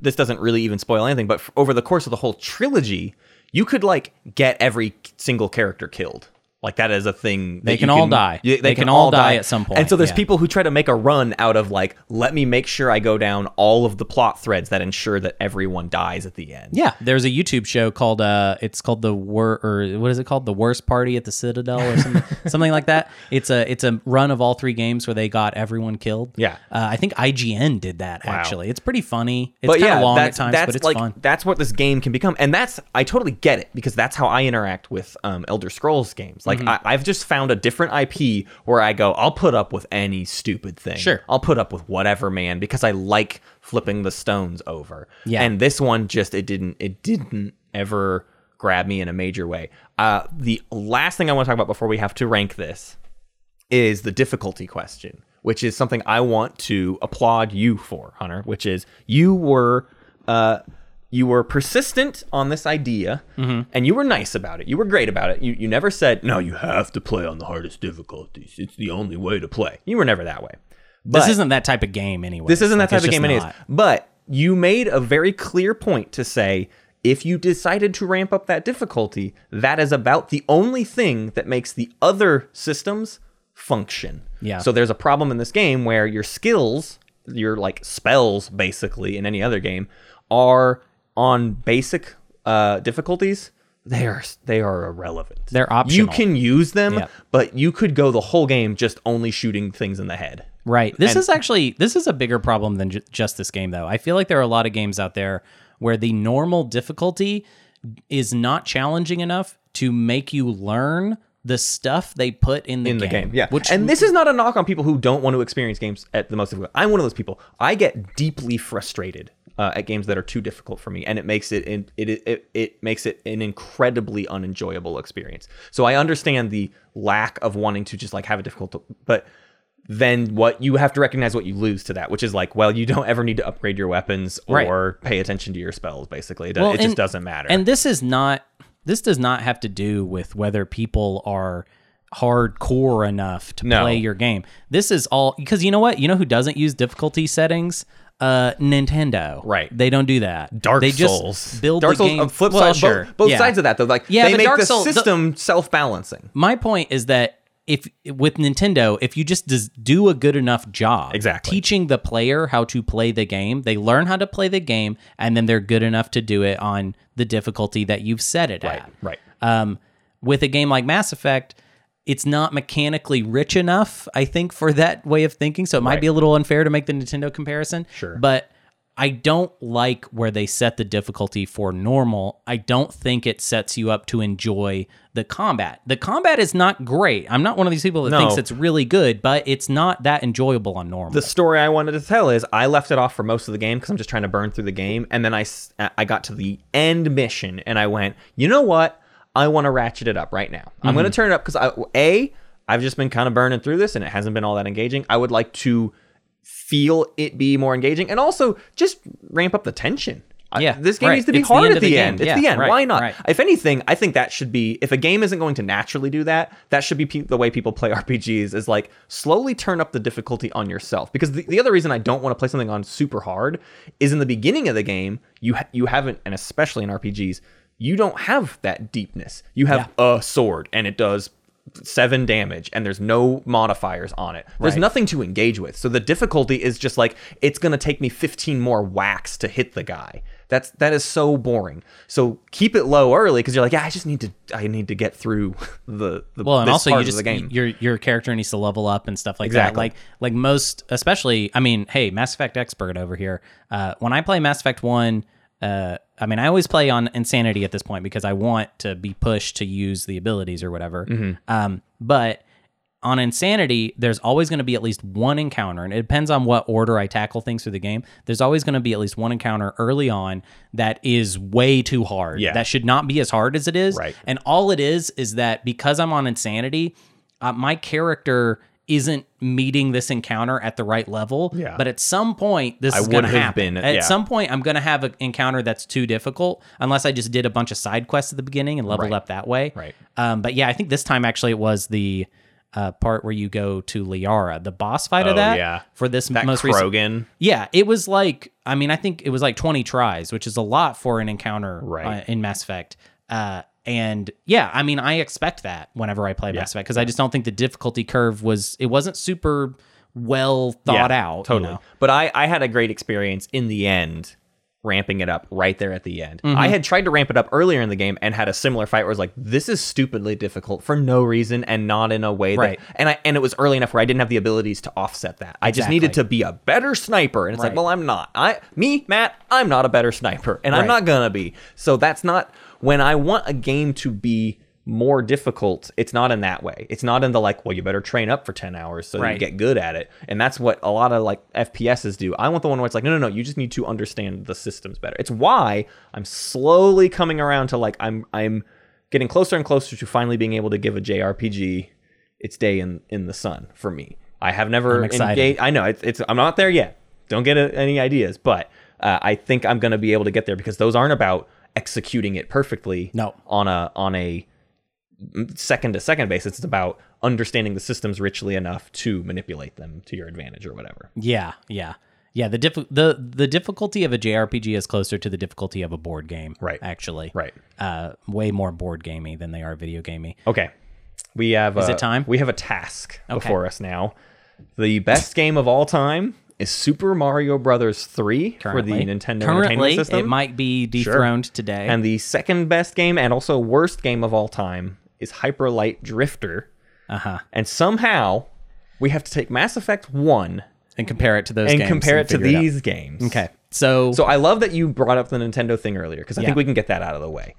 S1: this doesn't really even spoil anything, but f over the course of the whole trilogy, you could like get every single character killed. Like that is a thing. They
S2: can all die.
S1: They,
S2: They
S1: can, all die,
S2: at some
S1: And so
S2: point,
S1: there's
S2: yeah.
S1: people who try to make a run out of like, let me make sure I go down all of the plot threads that ensure that everyone dies at the end.
S2: Yeah, there's a YouTube show called uh, it's called the wor or what is it called? The worst party at the Citadel
S1: (laughs)
S2: or something, something like that. It's a it's a run of all three games where they got everyone killed.
S1: Yeah.
S2: uh, I think IGN did that actually. It's pretty funny. It's
S1: but
S2: kind of
S1: yeah,
S2: long
S1: that's,
S2: at times,
S1: that's
S2: but it's
S1: like
S2: fun.
S1: that's what this game can become, and that's I totally get it because that's how I interact with um, Elder Scrolls games.
S2: Mm-hmm.
S1: Like I, I've just found a different IP where I go, I'll put up with any stupid thing.
S2: Sure.
S1: I'll put up with whatever, man, because I like flipping the stones over.
S2: Yeah.
S1: and this one just it didn't it didn't ever grab me in a major way. Uh, the last thing I want to talk about before we have to rank this is the difficulty question, which is something I want to applaud you for, Hunter. Which is you were, uh, you were persistent on this idea, and you were nice about it. You were great about it. You you never said no. You have to play on the hardest difficulties. It's the only way to play. You were never that way. But
S2: This isn't that type of game anyway.
S1: this isn't that type of game, anyways. But you made a very clear point to say if you decided to ramp up that difficulty, that is about the only thing that makes the other systems function.
S2: Yeah.
S1: So there's a problem in this game where your skills, your like spells, basically in any other game, are on basic uh, difficulties. They are they are irrelevant.
S2: They're
S1: You
S2: optional.
S1: can use them,
S2: Yeah.
S1: but you could go the whole game just only shooting things in the head.
S2: Right. This is actually this is a bigger problem than ju- just this game though. I feel like there are a lot of games out there where the normal difficulty is not challenging enough to make you learn the stuff they put in the
S1: in the
S2: game.
S1: game. Yeah.
S2: Which
S1: and this is not a knock on people who don't want to experience games at the most difficult. I'm one of those people. I get deeply frustrated uh, at games that are too difficult for me, and it makes it, it it it it makes it an incredibly unenjoyable experience. So I understand the lack of wanting to just like have a difficult, but then what you have to recognize what you lose to that, which is like, well, you don't ever need to upgrade your weapons
S2: Right.
S1: or pay attention to your spells. Basically, it,
S2: Well,
S1: it just
S2: and-
S1: doesn't matter.
S2: And this is not this does not have to do with whether people are hardcore enough to
S1: No.
S2: play your game. This is all because you know what? You know who doesn't use difficulty settings? Uh, Nintendo.
S1: Right.
S2: They don't do that.
S1: Dark
S2: they just
S1: Souls.
S2: Build
S1: Dark
S2: the
S1: Souls.
S2: game.
S1: uh, flip
S2: well,
S1: side.
S2: sure.
S1: Both, both
S2: Yeah.
S1: sides of that, though. Like
S2: Yeah,
S1: they
S2: but
S1: make
S2: Dark
S1: the
S2: Souls- the-
S1: system self-balancing.
S2: my point is that if with Nintendo, if you just does do a good enough job
S1: Exactly.
S2: teaching the player how to play the game, they learn how to play the game and then they're good enough to do it on the difficulty that you've set it at.
S1: Right.
S2: Um, with a game like Mass Effect, it's not mechanically rich enough, I think, for that way of thinking. So it might be a little unfair to make the Nintendo comparison.
S1: Sure.
S2: But I don't like where they set the difficulty for normal. I don't think it sets you up to enjoy the combat. The combat is not great. I'm not one of these people that
S1: No.
S2: thinks it's really good, but it's not that enjoyable on normal.
S1: the story I wanted to tell is I left it off for most of the game because I'm just trying to burn through the game, and then I s- I got to the end mission and I went, you know what? I want to ratchet it up right now. I'm
S2: Mm-hmm.
S1: going to turn it up because I a I've just been kind of burning through this and it hasn't been all that engaging. I would like to feel it be more engaging and also just ramp up the tension. I-
S2: Yeah,
S1: this game
S2: right.
S1: needs to be
S2: It's the
S1: hard
S2: end
S1: at
S2: of the
S1: the
S2: game.
S1: end. It's
S2: Yeah,
S1: the end.
S2: right,
S1: Why not?
S2: right.
S1: If anything, I think that should be if a game isn't going to naturally do that, that should be pe- the way people play (laughs) RPGs is like slowly turn up the difficulty on yourself. Because the, the other reason I don't want to play something on super hard is in the beginning of the game, you ha- you haven't and especially in RPGs, you don't have that deepness. You have a sword and it does 7 damage and there's no modifiers on it. There's
S2: Right.
S1: nothing to engage with. So the difficulty is just like it's going to take me 15 more whacks to hit the guy. That's that is so boring. So keep it low early because you're like, yeah, I just need to, I need to get through (laughs) the, the
S2: well, and
S1: this
S2: also
S1: part
S2: you
S1: of
S2: just
S1: the game.
S2: your your character needs to level up and stuff like that.
S1: Exactly.
S2: Like like most, especially I mean, hey, Mass Effect expert over here. Uh, when I play Mass Effect one, uh, I mean, I always play on insanity at this point because I want to be pushed to use the abilities or whatever.
S1: Mm-hmm.
S2: Um, but on insanity, there's always going to be at least one encounter, and it depends on what order I tackle things through the game. There's always going to be at least one encounter early on that is way too hard.
S1: Yeah.
S2: that should not be as hard as it is.
S1: Right.
S2: And all it is is that because I'm on insanity, uh, my character isn't meeting this encounter at the right level.
S1: Yeah.
S2: But at some point, this
S1: I
S2: is going to
S1: would have
S2: happen.
S1: been-
S2: at
S1: yeah.
S2: some point, I'm going to have an encounter that's too difficult, unless I just did a bunch of side quests at the beginning and leveled
S1: Right.
S2: up that way.
S1: Right.
S2: Um, but yeah, I think this time actually it was the uh, part where you go to Liara, the boss fight of
S1: Oh,
S2: that.
S1: yeah.
S2: For this
S1: that
S2: most recent
S1: Krogan,
S2: yeah, it was like I mean, I think it was like 20 tries, which is a lot for an encounter
S1: Right.
S2: uh, in Mass Effect. Uh, and yeah, I mean, I expect that whenever I play Mass Effect because I just don't think the difficulty curve was it wasn't super well thought
S1: Yeah,
S2: out. you
S1: totally.
S2: know?
S1: But I, I had a great experience in the end, ramping it up right there at the end.
S2: Mm-hmm.
S1: I had tried to ramp it up earlier in the game and had a similar fight where I was like, this is stupidly difficult for no reason and not in a way
S2: Right.
S1: that. And I and it was early enough where I didn't have the abilities to offset that. I just needed to
S2: Exactly.
S1: be a better sniper, and it's
S2: Right.
S1: like, well, I'm not. I me Matt, I'm not a better sniper, and
S2: Right.
S1: I'm not gonna be. So that's not when I want a game to be. More difficult. It's not in that way. It's not in the like, well, you better train up for 10 hours so
S2: Right.
S1: you get good at it. And that's what a lot of like FPSs do. I want the one where it's like, no, no, no, you just need to understand the systems better. It's why I'm slowly coming around to like I'm I'm getting closer and closer to finally being able to give a JRPG its day in in the sun for me. I have never
S2: I'm excited.
S1: engaged. I know it's, it's I'm not there yet. Don't get uh, any ideas, but uh, I think I'm going to be able to get there because those aren't about executing it perfectly
S2: No.
S1: on a on a second to second basis. It's about understanding the systems richly enough to manipulate them to your advantage or whatever.
S2: Yeah, yeah, yeah. The diff- the the difficulty of a JRPG is closer to the difficulty of a board game.
S1: Right.
S2: Actually.
S1: Right.
S2: Uh, way more board gamey than they are video gamey.
S1: Okay. We have Is
S2: it time?
S1: We have a task before us now. The best game of all time is Super Mario Brothers 3 for
S2: Currently.
S1: the Nintendo
S2: Currently,
S1: Entertainment System.
S2: it might be dethroned today.
S1: and the second best game and also worst game of all time is Hyper Light Drifter.
S2: uh huh.
S1: And somehow we have to take Mass Effect 1
S2: And compare it to those
S1: and
S2: games
S1: compare it to
S2: figure out.
S1: these games.
S2: Okay. So,
S1: So I love that you brought up the Nintendo thing earlier because I
S2: Yeah.
S1: think we can get that out of the way.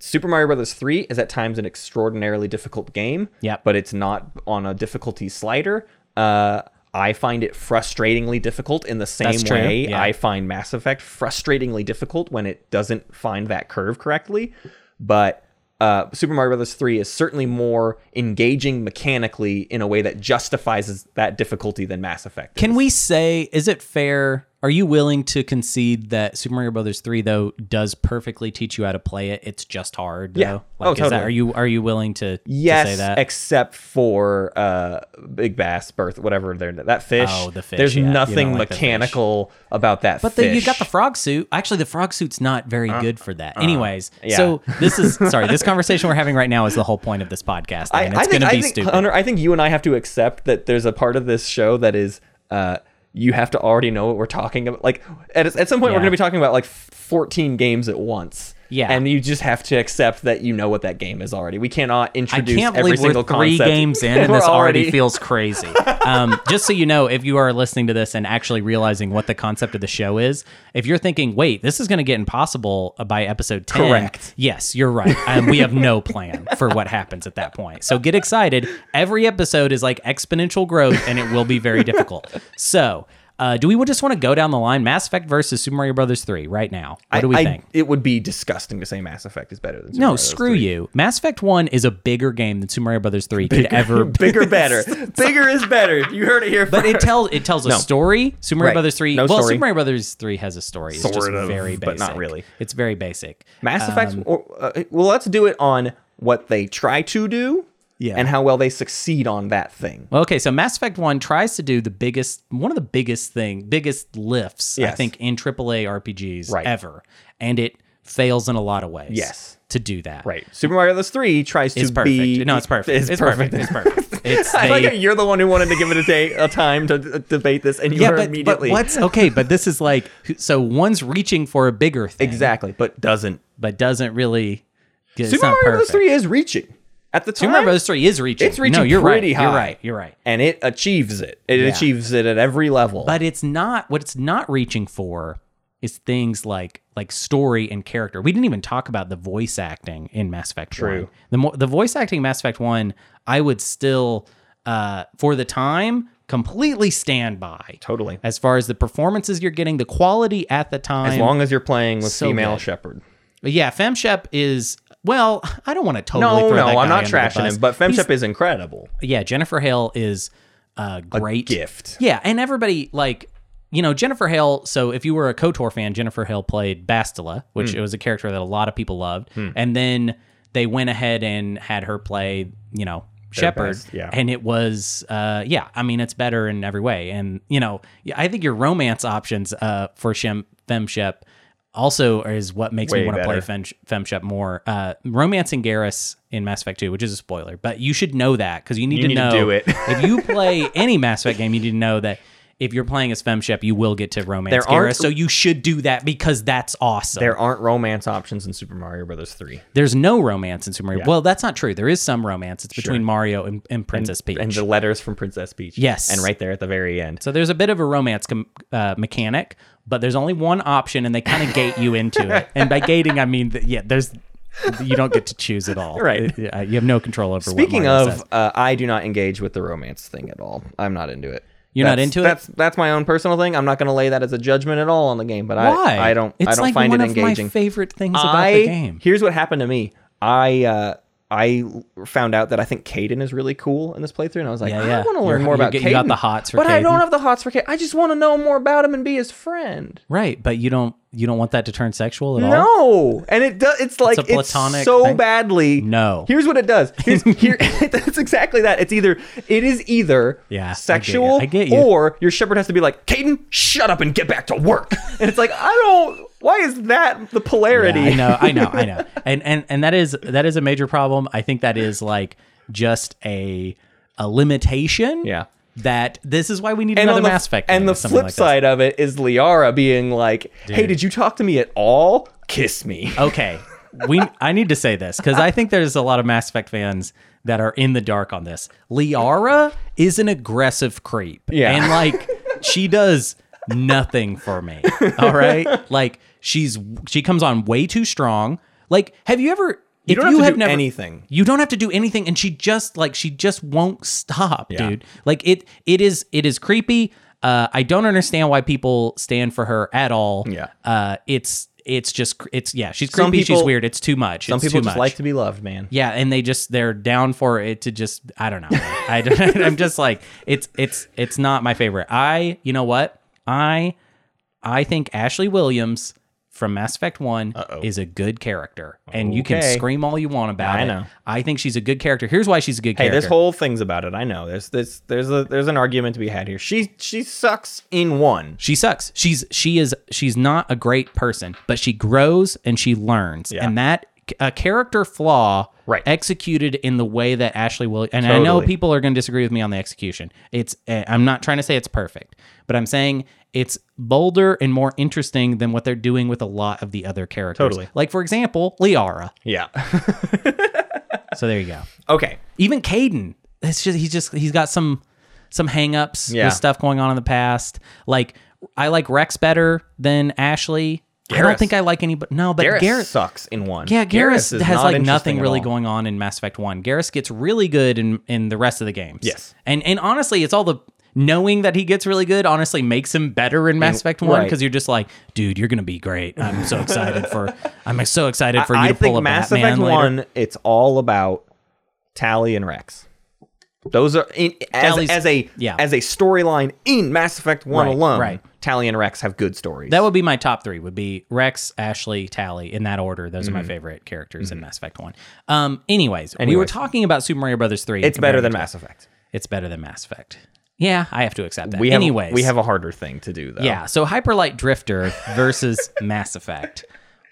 S1: Super Mario Brothers 3 is at times an extraordinarily difficult game,
S2: Yep.
S1: but it's not on a difficulty slider. Uh, I find it frustratingly difficult in the same
S2: That's true,
S1: way
S2: yeah.
S1: I find Mass Effect frustratingly difficult when it doesn't find that curve correctly. But uh, Super Mario Brothers 3 is certainly more engaging mechanically in a way that justifies that difficulty than Mass Effect.
S2: can
S1: is.
S2: we say is it fair Are you willing to concede that Super Mario Brothers 3 though does perfectly teach you how to play it? It's just hard though.
S1: Yeah.
S2: Like
S1: Oh,
S2: is that,
S1: totally.
S2: are you are you willing to, to
S1: Yes,
S2: say that?
S1: except for uh, Big Bass, Birth, whatever they're that fish.
S2: Oh, the fish,
S1: There's
S2: yeah. You don't
S1: nothing
S2: like the fish.
S1: mechanical about that.
S2: But
S1: fish.
S2: the, you got the frog suit. Actually, the frog suit's not very good for that. Anyways,
S1: yeah.
S2: so this is sorry. This conversation we're having right now is the whole point of this podcast,
S1: I,
S2: and it's
S1: I think,
S2: going to be
S1: I think,
S2: stupid.
S1: Hunter, I think you and I have to accept that there's a part of this show that is uh, you have to already know what we're talking about. Like at, at some point,
S2: Yeah.
S1: we're going to be talking about like 14 games at once.
S2: Yeah.
S1: and you just have to accept that you know what that game is already. We cannot
S2: I
S1: introduce
S2: can't
S1: every
S2: believe we're
S1: single
S2: three
S1: concept. (laughs)
S2: games in, and
S1: We're
S2: this already feels crazy. Um, just so you know, if you are listening to this and actually realizing what the concept of the show is, if you're thinking, "Wait, this is going to get impossible by episode 10,
S1: Correct.
S2: Yes, you're right. Um, we have no plan for what happens at that point. So get excited. Every episode is like exponential growth, and it will be very difficult. So. Uh, do we just want to go down the line? Mass Effect versus Super Mario Brothers 3 right now. What do we
S1: I-
S2: think?
S1: It would be disgusting to say Mass Effect is better than Super
S2: No,
S1: Mario
S2: screw you. Mass Effect 1 is a bigger game than Super Mario Brothers 3
S1: (laughs)
S2: could ever be.
S1: Bigger, better. (laughs) Bigger is better. You heard it here.
S2: (laughs) But it tells it tells a story. Super Mario
S1: Right.
S2: Brothers 3.
S1: No
S2: well,
S1: story.
S2: Super Mario Brothers 3 has a story. It's just
S1: Sort of,
S2: very basic.
S1: but not really.
S2: It's very basic. Um,
S1: Mass Effect. Or, uh, well, let's do it on what they try to do,
S2: Yeah.
S1: and how well they succeed on that thing.
S2: Well, okay, so Mass Effect 1 tries to do the biggest one of the biggest thing, biggest lifts I
S1: Yes.
S2: think in AAA RPGs
S1: Right.
S2: ever. And it fails in a lot of ways.
S1: Yes.
S2: To do that.
S1: Right. Super Mario Bros. Three tries
S2: It's
S1: to
S2: perfect.
S1: be.
S2: no, it's perfect. It's, perfect. It's perfect.
S1: (laughs)
S2: It's
S1: I like
S2: they-
S1: how you're the one who wanted to give it a day, a time to d- debate this, and you
S2: yeah,
S1: were
S2: but, but
S1: immediately
S2: what's okay? But this is like so one's reaching for a bigger thing,
S1: (laughs) exactly, but doesn't.
S2: but doesn't really. It's
S1: Super
S2: not
S1: Mario Bros.
S2: perfect.
S1: Three is reaching at the time,
S2: Super Mario Bros. Three is reaching.
S1: It's reaching
S2: No, you're
S1: pretty
S2: right.
S1: high.
S2: You're right. You're right.
S1: and it achieves it. It
S2: Yeah.
S1: achieves it at every level.
S2: But it's not what it's not reaching for is things like like story and character. We didn't even talk about the voice acting in Mass Effect
S1: True.
S2: 1. The mo- the voice acting in Mass Effect 1, I would still uh for the time completely stand by.
S1: totally,
S2: As far as the performances you're getting, the quality at the time.
S1: as long as you're playing with
S2: so
S1: female
S2: good.
S1: Shepherd.
S2: But yeah, FemShep is well, (laughs) I don't want to totally
S1: No,
S2: throw that
S1: no, I'm
S2: guy
S1: not
S2: under the
S1: trashing
S2: bus.
S1: him, but
S2: He's-
S1: FemShep is incredible.
S2: yeah, Jennifer Hale is uh, great
S1: Gift.
S2: Yeah, and everybody like you know Jennifer Hale. So if you were a Kotor fan, Jennifer Hale played Bastila, which
S1: Hmm.
S2: it was a character that a lot of people loved, and then they went ahead and had her play you know Shepard,
S1: best, yeah.
S2: and it was uh, yeah. I mean, it's better in every way, and you know yeah, I think your romance options uh, for Shem Femshep. Also, is what makes
S1: Way
S2: me want to play
S1: better.
S2: Fem- Femshep more. Uh, romancing Garrus in Mass Effect 2, which is a spoiler, but you should know that because you need to
S1: need to
S2: know
S1: do it.
S2: if you play any Mass Effect game, you need to know that if you're playing as FemShep, you will get to romance
S1: There
S2: Garrus.
S1: aren't-
S2: So you should do that because that's awesome.
S1: There aren't romance options in Super Mario Brothers Three,
S2: There's no romance in Super Mario. Well, that's not true. There is some romance. It's between Mario and, and Princess Peach.
S1: and the letters from Princess Peach.
S2: Yes.
S1: and right there at the very end.
S2: so there's a bit of a romance com- uh, mechanic, but there's only one option, and they kind of gate you into
S1: (laughs)
S2: it. And by gating, I mean that yeah, there's you don't get to choose at all.
S1: Right.
S2: It- uh, you have no control over. what
S1: Speaking
S2: Mario
S1: of,
S2: says.
S1: uh, I do not engage with the romance thing at all. I'm not into it.
S2: You're not
S1: That's-
S2: into it?
S1: That's that's my own personal thing. I'm not going to lay that as a judgment at all on the game. But
S2: why?
S1: I I don't
S2: It's
S1: I don't
S2: like
S1: find
S2: one
S1: it
S2: of my
S1: engaging.
S2: favorite things about
S1: I
S2: the game.
S1: here's what happened to me. I uh, I found out that I think Caden is really cool in this playthrough, and I was like,
S2: Yeah,
S1: I
S2: yeah.
S1: want to
S2: You're-
S1: learn more
S2: you
S1: about
S2: get-
S1: Caden.
S2: you got the hots for
S1: but I
S2: Caden.
S1: don't have the hots for Caden. I just want to know more about him and be his friend.
S2: Right, but you don't you don't want that to turn sexual at all.
S1: No, and it does. It's like it's,
S2: platonic
S1: so
S2: thing?
S1: badly.
S2: No.
S1: here's what it does.
S2: (laughs)
S1: Here's, here, (laughs) that's exactly that. It's either it is either
S2: Yeah, I get
S1: sexual,
S2: you. I get you.
S1: or your shepherd has to be like, Caden, shut up and get back to work. (laughs) And it's like, I don't. Why is that the polarity?
S2: I know, I know,
S1: (laughs)
S2: I know. And and and that is that is a major problem. I think that is like just a a limitation.
S1: Yeah.
S2: That this is why we need
S1: And
S2: another
S1: on the,
S2: Mass Effect. game
S1: and the
S2: or something
S1: flip
S2: like this.
S1: side of it is Liara being like, Hey, did you talk to me at all? Kiss me.
S2: okay we i need to say this because i think there's a lot of mass effect fans that are in the dark on this liara is an aggressive creep
S1: Yeah.
S2: and like she does nothing for me all right like she's she comes on way too strong like have you ever you
S1: don't have to do anything.
S2: you don't have to do anything and she just like she just won't stop dude like it it is it is creepy uh i don't understand why people stand for her at all
S1: Yeah.
S2: uh it's it's just cr- it's yeah she's creepy
S1: Some people-
S2: she's weird it's too
S1: (laughs)
S2: much
S1: Some
S2: it's
S1: people
S2: too
S1: just
S2: much.
S1: like to be loved, man.
S2: yeah and they just they're down for it to just i don't (laughs) know i don't i'm just like it's it's it's not my favorite i you know what i I think Ashley Williams from Mass Effect One
S1: Uh-oh.
S2: is a good character, and you can
S1: Okay.
S2: scream all you want about
S1: I
S2: it.
S1: know.
S2: I think she's a good character. Here's why she's a good
S1: Hey,
S2: character.
S1: this whole thing's about it. I know. There's this. There's a. There's an argument to be had here. She she sucks in one.
S2: she sucks. She's she is she's not a great person, but she grows and she learns,
S1: Yeah.
S2: and that a character flaw
S1: Right.
S2: executed in the way that Ashley will. And I know
S1: Totally.
S2: people are going to disagree with me on the execution. It's uh, I'm not trying to say it's perfect, but I'm saying it's bolder and more interesting than what they're doing with a lot of the other characters.
S1: Totally.
S2: Like for example, Liara.
S1: Yeah.
S2: So there you go.
S1: (laughs) okay.
S2: Even Caden. It's just he's just he's got some some hangups
S1: Yeah.
S2: with stuff going on in the past. Like I like Rex better than Ashley. I
S1: Garrus.
S2: don't think I like anybody. No, but
S1: Garrus,
S2: Garrett.
S1: sucks in one.
S2: yeah, Garrus,
S1: is
S2: has
S1: not
S2: like
S1: interesting
S2: nothing
S1: at
S2: really
S1: all.
S2: going on in Mass Effect One. Garrus gets really good in in the rest of the games.
S1: Yes.
S2: and and honestly, it's all the knowing that he gets really good. Honestly, makes him better in Mass Effect One
S1: right.
S2: because you're just like, dude, you're gonna be great. I'm
S1: (laughs)
S2: so excited for. I'm so excited for you
S1: I
S2: to pull
S1: think
S2: a
S1: Mass
S2: Batman
S1: Effect
S2: later.
S1: One. It's all about Tally and Rex. Those are in, as,
S2: Tally's-
S1: as a
S2: yeah.
S1: as a storyline in Mass Effect One
S2: Right,
S1: alone.
S2: right.
S1: Tally and Rex have good stories.
S2: That would be my top three. Would be Rex, Ashley, Tally in that order. Those
S1: Mm-hmm.
S2: are my favorite characters in Mass Effect One. Um. Anyways, we were
S1: Anyways.
S2: talking about Super Mario Brothers three.
S1: it's better than Mass Effect.
S2: It's better than Mass Effect. Yeah, I have to accept that.
S1: We have
S2: anyways,
S1: we have a harder thing to do though.
S2: yeah. So Hyperlight Drifter
S1: (laughs)
S2: versus Mass Effect.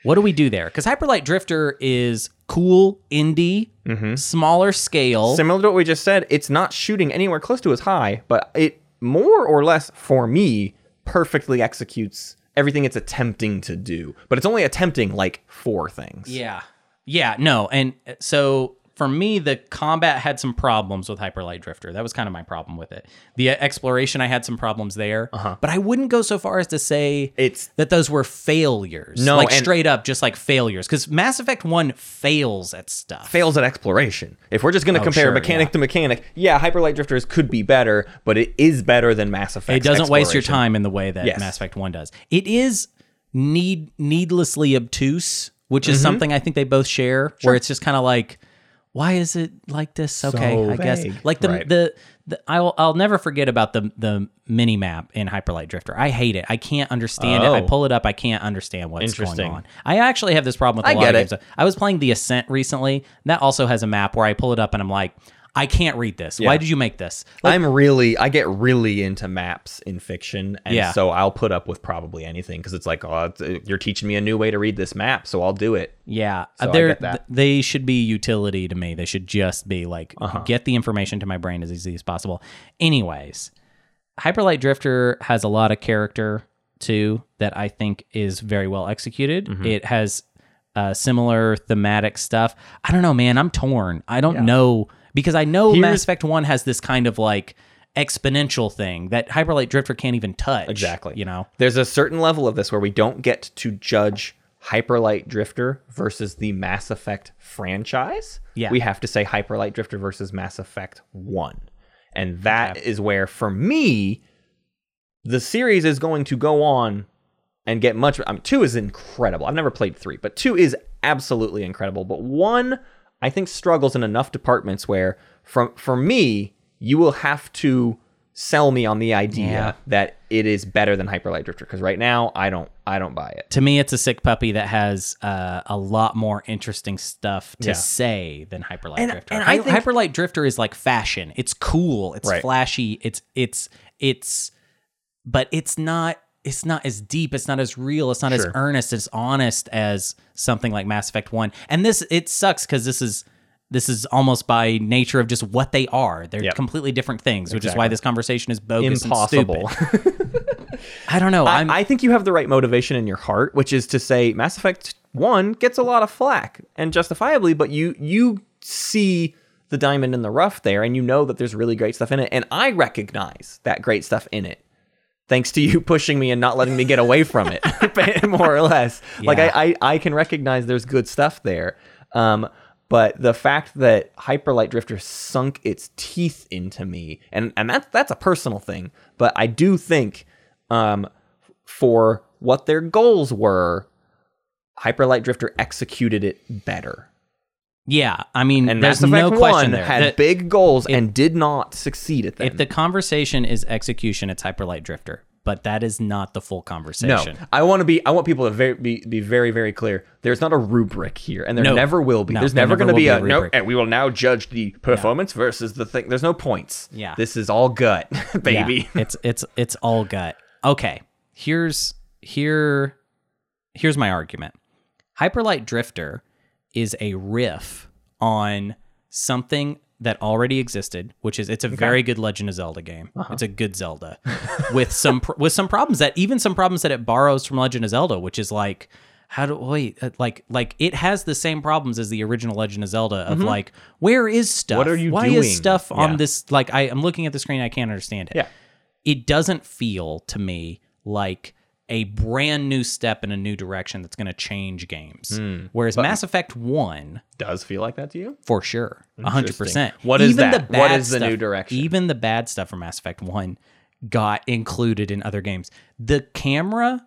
S2: What do we do there? Because Hyperlight Drifter is cool, indie, smaller scale.
S1: Mm-hmm. similar to what we just said, it's not shooting anywhere close to as high, but it more or less for me perfectly executes everything it's attempting to do. But it's only attempting like four things.
S2: Yeah. Yeah, no. And uh, so for me, the combat had some problems with Hyperlight Drifter. That was kind of my problem with it. The uh, exploration, I had some problems there. Uh-huh. But I wouldn't go so far as to say
S1: It's
S2: that those were failures.
S1: No,
S2: Like
S1: and-
S2: straight up, just like failures. Because Mass Effect 1 fails at stuff.
S1: fails at exploration. If we're just going to compare
S2: Oh, sure,
S1: mechanic
S2: yeah.
S1: to mechanic, yeah, Hyperlight Drifters could be better, but it is better than Mass Effect.
S2: it doesn't waste your time in the way that
S1: Yes.
S2: Mass Effect 1 does. It is need needlessly obtuse, which
S1: Mm-hmm.
S2: is something I think they both share, where it's just kind of like, why is it like this? Okay, I guess.
S1: vague.
S2: Like the,
S1: Right.
S2: the the I'll I'll never forget about the the mini map in Hyperlight Drifter. I hate it. I can't understand it. I
S1: Oh.
S2: pull it up, I can't understand what's going
S1: Interesting.
S2: on. I actually have this problem with a lot
S1: get
S2: of
S1: it.
S2: games. I was playing The Ascent recently. That also has a map where I pull it up and I'm like, I can't read this. Why did you make this?
S1: I'm really, I get really into maps in fiction, and
S2: Yeah.
S1: so I'll put up with probably anything because it's like, oh, it's, you're teaching me a new way to read this map, so I'll do it.
S2: Yeah, uh,
S1: I
S2: they're,
S1: get that.
S2: th- they should be utility to me. They should just be like
S1: Uh-huh.
S2: get the information to my brain as easy as possible. Anyways, Hyperlight Drifter has a lot of character too that I think is very well executed.
S1: Mm-hmm.
S2: It has uh, similar thematic stuff. I don't know, man. I'm torn. I don't know because I know
S1: Here's-
S2: Mass Effect One has this kind of like exponential thing that Hyperlight Drifter can't even touch.
S1: Exactly.
S2: You know.
S1: There's a certain level of this where we don't get to judge Hyperlight Drifter versus the Mass Effect franchise.
S2: Yeah.
S1: We have to say Hyperlight Drifter versus Mass Effect 1. And that is where, for me, the series is going to go on and get much. I mean, 2 is incredible. I've never played 3, but 2 is absolutely incredible. But 1, I think, struggles in enough departments where, from for me, you will have to sell me on the idea
S2: Yeah.
S1: that it is better than Hyperlight Drifter because right now I don't I don't buy it.
S2: to me, it's a sick puppy that has uh, a lot more interesting stuff to
S1: Yeah.
S2: say than Hyperlight
S1: And-
S2: Drifter.
S1: and
S2: Hy-
S1: I think-
S2: Hyperlight Drifter is like fashion. It's cool. It's
S1: Right.
S2: flashy. It's it's it's, but it's not. It's not as deep. It's not as real. It's not as
S1: Sure.
S2: earnest. It's honest as something like Mass Effect One. And this it sucks because this is this is almost by nature of just what they are. They're
S1: Yep.
S2: completely different things, which is why this conversation is bogus and
S1: Impossible.
S2: stupid. (laughs) I don't know. I'm
S1: I think you have the right motivation in your heart, which is to say Mass Effect 1 gets a lot of flack and justifiably, but you you see the diamond in the rough there and you know that there's really great stuff in it and I recognize that great stuff in it. Thanks to you (laughs) pushing me and not letting me get away from it, (laughs) more or less. Like
S2: Yeah.
S1: I, I, I can recognize there's good stuff there. Um, but the fact that Hyperlight Drifter sunk its teeth into me, and, and that's that's a personal thing, but I do think um, for what their goals were, Hyperlight Drifter executed it better.
S2: yeah. I mean,
S1: And
S2: there's
S1: Mass Effect
S2: no
S1: 1
S2: question there.
S1: had
S2: The-
S1: big goals and did not succeed at them.
S2: If the conversation is execution, it's Hyperlight Drifter. but that is not the full
S1: No,
S2: conversation.
S1: I want to be. I want people to very, be be very very clear. There's not a rubric here, and there
S2: No.
S1: never will be.
S2: No,
S1: There's
S2: there
S1: never,
S2: never
S1: going to
S2: will
S1: be
S2: be
S1: a, no.
S2: a rubric.
S1: And we will now judge the performance versus the thing. There's no points.
S2: Yeah.
S1: this is all gut, (laughs)
S2: Yeah,
S1: baby.
S2: it's it's it's all gut. Okay. Here's here here's my argument. Hyperlight Drifter is a riff on something that already existed, which is it's a very good Legend of Zelda game.
S1: Uh-huh.
S2: It's a
S1: (laughs)
S2: good Zelda with some pr- with some problems that even some problems that it borrows from Legend of Zelda, which is like how do wait uh, like like it has the same problems as the original Legend of Zelda of like where is
S1: Mm-hmm.
S2: stuff?
S1: What are you
S2: Why
S1: doing?
S2: is stuff on
S1: Yeah.
S2: this like I, I'm looking at the screen, I can't understand
S1: (laughs)
S2: it
S1: Yeah.
S2: it doesn't feel to me like a brand new step in a new direction that's going to change games.
S1: Hmm.
S2: Whereas Mass Effect 1,
S1: Does feel like that to you?
S2: for sure, 100%.
S1: Interesting. What is that? What
S2: bad
S1: is the new direction?
S2: Even the bad stuff from Mass Effect 1 got included in other games. The camera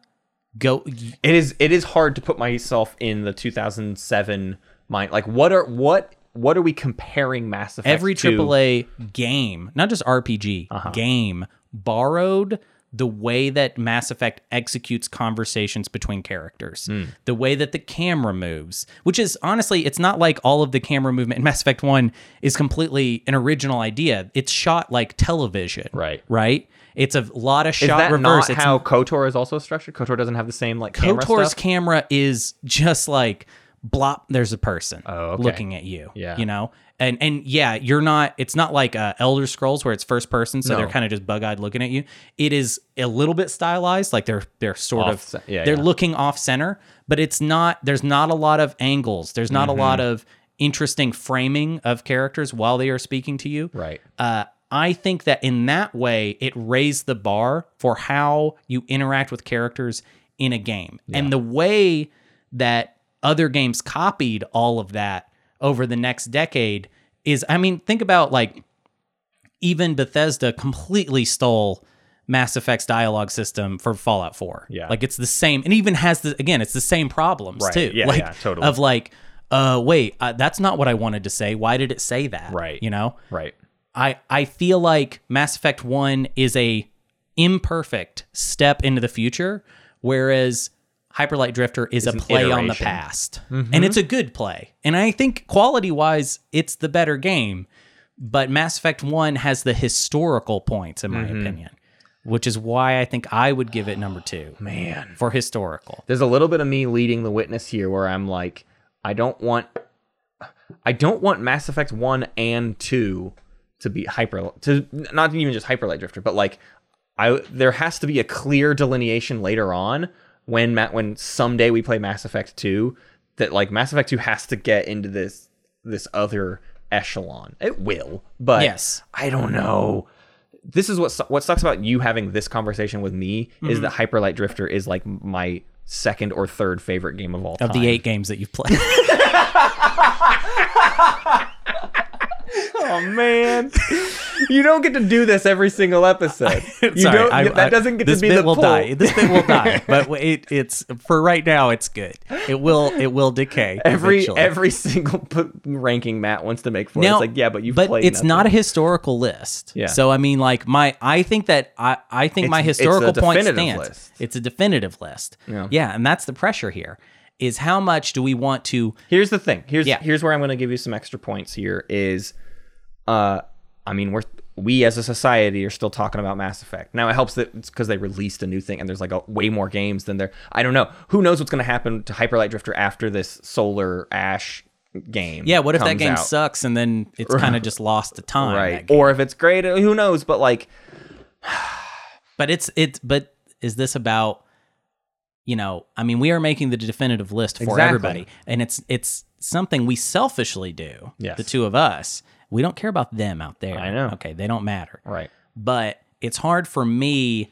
S2: go
S1: It is. It is hard to put myself in the 2007 mind. Like, what are what what are we comparing Mass Effect?
S2: every
S1: to?
S2: AAA game, not just RPG
S1: Uh-huh.
S2: game, borrowed the way that Mass Effect executes conversations between characters,
S1: Hmm.
S2: the way that the camera moves, which is honestly, it's not like all of the camera movement in Mass Effect 1 is completely an original idea. It's shot like television.
S1: Right.
S2: Right? It's a lot of
S1: Is
S2: shot
S1: that not
S2: reverse. It's
S1: how KOTOR is also structured? KOTOR doesn't have the same like camera
S2: KOTOR's
S1: stuff?
S2: camera is just like blop. There's a person
S1: Oh, okay.
S2: looking at you.
S1: Yeah.
S2: you know, and and yeah, you're not. It's not like uh, Elder Scrolls where it's first person, so
S1: No.
S2: they're kind of just bug eyed looking at you. It is a little bit stylized, like they're they're sort
S1: Off
S2: of
S1: ce- yeah,
S2: they're
S1: yeah.
S2: looking off center, but it's not. There's not a lot of angles. There's not a
S1: Mm-hmm.
S2: lot of interesting framing of characters while they are speaking to you.
S1: Right.
S2: Uh, I think that in that way, it raised the bar for how you interact with characters in a game. And the way that other games copied all of that over the next decade is, I mean, think about like even Bethesda completely stole Mass Effect's dialogue system for Fallout 4.
S1: Yeah.
S2: Like it's the same, and even has the, again, it's the same problems
S1: Right.
S2: too.
S1: Yeah,
S2: like,
S1: yeah, totally.
S2: Of like, uh, wait, uh, that's not what I wanted to say. Why did it say that?
S1: Right.
S2: You know?
S1: Right.
S2: I I feel like Mass Effect 1 is a imperfect step into the future whereas Hyperlight Drifter is a
S1: an
S2: play on the
S1: iteration. Mm-hmm.
S2: past. And it's a good play. And I think quality-wise it's the better game, but Mass Effect 1 has the historical points in my
S1: Mm-hmm.
S2: opinion, which is why I think I would give it number 2
S1: Man.
S2: for historical.
S1: there's a little bit of me leading the witness here where I'm like, I don't want I don't want Mass Effect 1 and 2 to be hyper to not even just hyper light drifter, but like I there has to be a clear delineation later on when Matt when someday we play Mass Effect 2 that like Mass Effect 2 has to get into this this other echelon. It will, but
S2: Yes.
S1: I don't know this is what su- what sucks about you having this conversation with me
S2: Mm-hmm.
S1: is that Hyperlight Drifter is like my second or third favorite game of all time.
S2: Of the 8 games that you've played. (laughs)
S1: oh man, (laughs) you don't get to do this every single episode. You
S2: (laughs) Sorry,
S1: don't,
S2: I-
S1: that
S2: I-
S1: doesn't get
S2: this
S1: to be
S2: bit
S1: the
S2: will
S1: pull.
S2: die. This bit will
S1: (laughs)
S2: die, but it, it's for right now. It's good. It will. It will decay.
S1: (laughs) Every
S2: eventually.
S1: every single p- ranking Matt wants to make for
S2: Now-
S1: it's like yeah, but you've
S2: but
S1: played.
S2: it's not a historical list.
S1: Yeah.
S2: So I mean, like my, I think that I, I think my
S1: It's- it's a
S2: historical point
S1: definitive
S2: stands.
S1: list.
S2: It's a definitive list.
S1: Yeah.
S2: and that's the pressure here. Is how much do we want to?
S1: Here's the thing. Here's
S2: Yeah.
S1: here's where I'm going to give you some extra points. Here is, uh, I mean we're we as a society are still talking about Mass Effect. Now it helps that it's because they released a new thing and there's like a, way more games than there. I don't know. Who knows what's going to happen to Hyper Light Drifter after this Solar Ash game?
S2: Yeah. What if that
S1: comes
S2: game
S1: out?
S2: sucks and then
S1: (laughs)
S2: it's kind of just lost to time? that
S1: Right.
S2: game?
S1: Or if it's great, who knows? But like,
S2: But it's it's But is this about? You know, I mean, we are making the definitive list for
S1: Exactly.
S2: everybody, and it's it's something we selfishly do.
S1: Yes.
S2: The two of us, we don't care about them out there.
S1: I know.
S2: Okay, they don't matter.
S1: right.
S2: But it's hard for me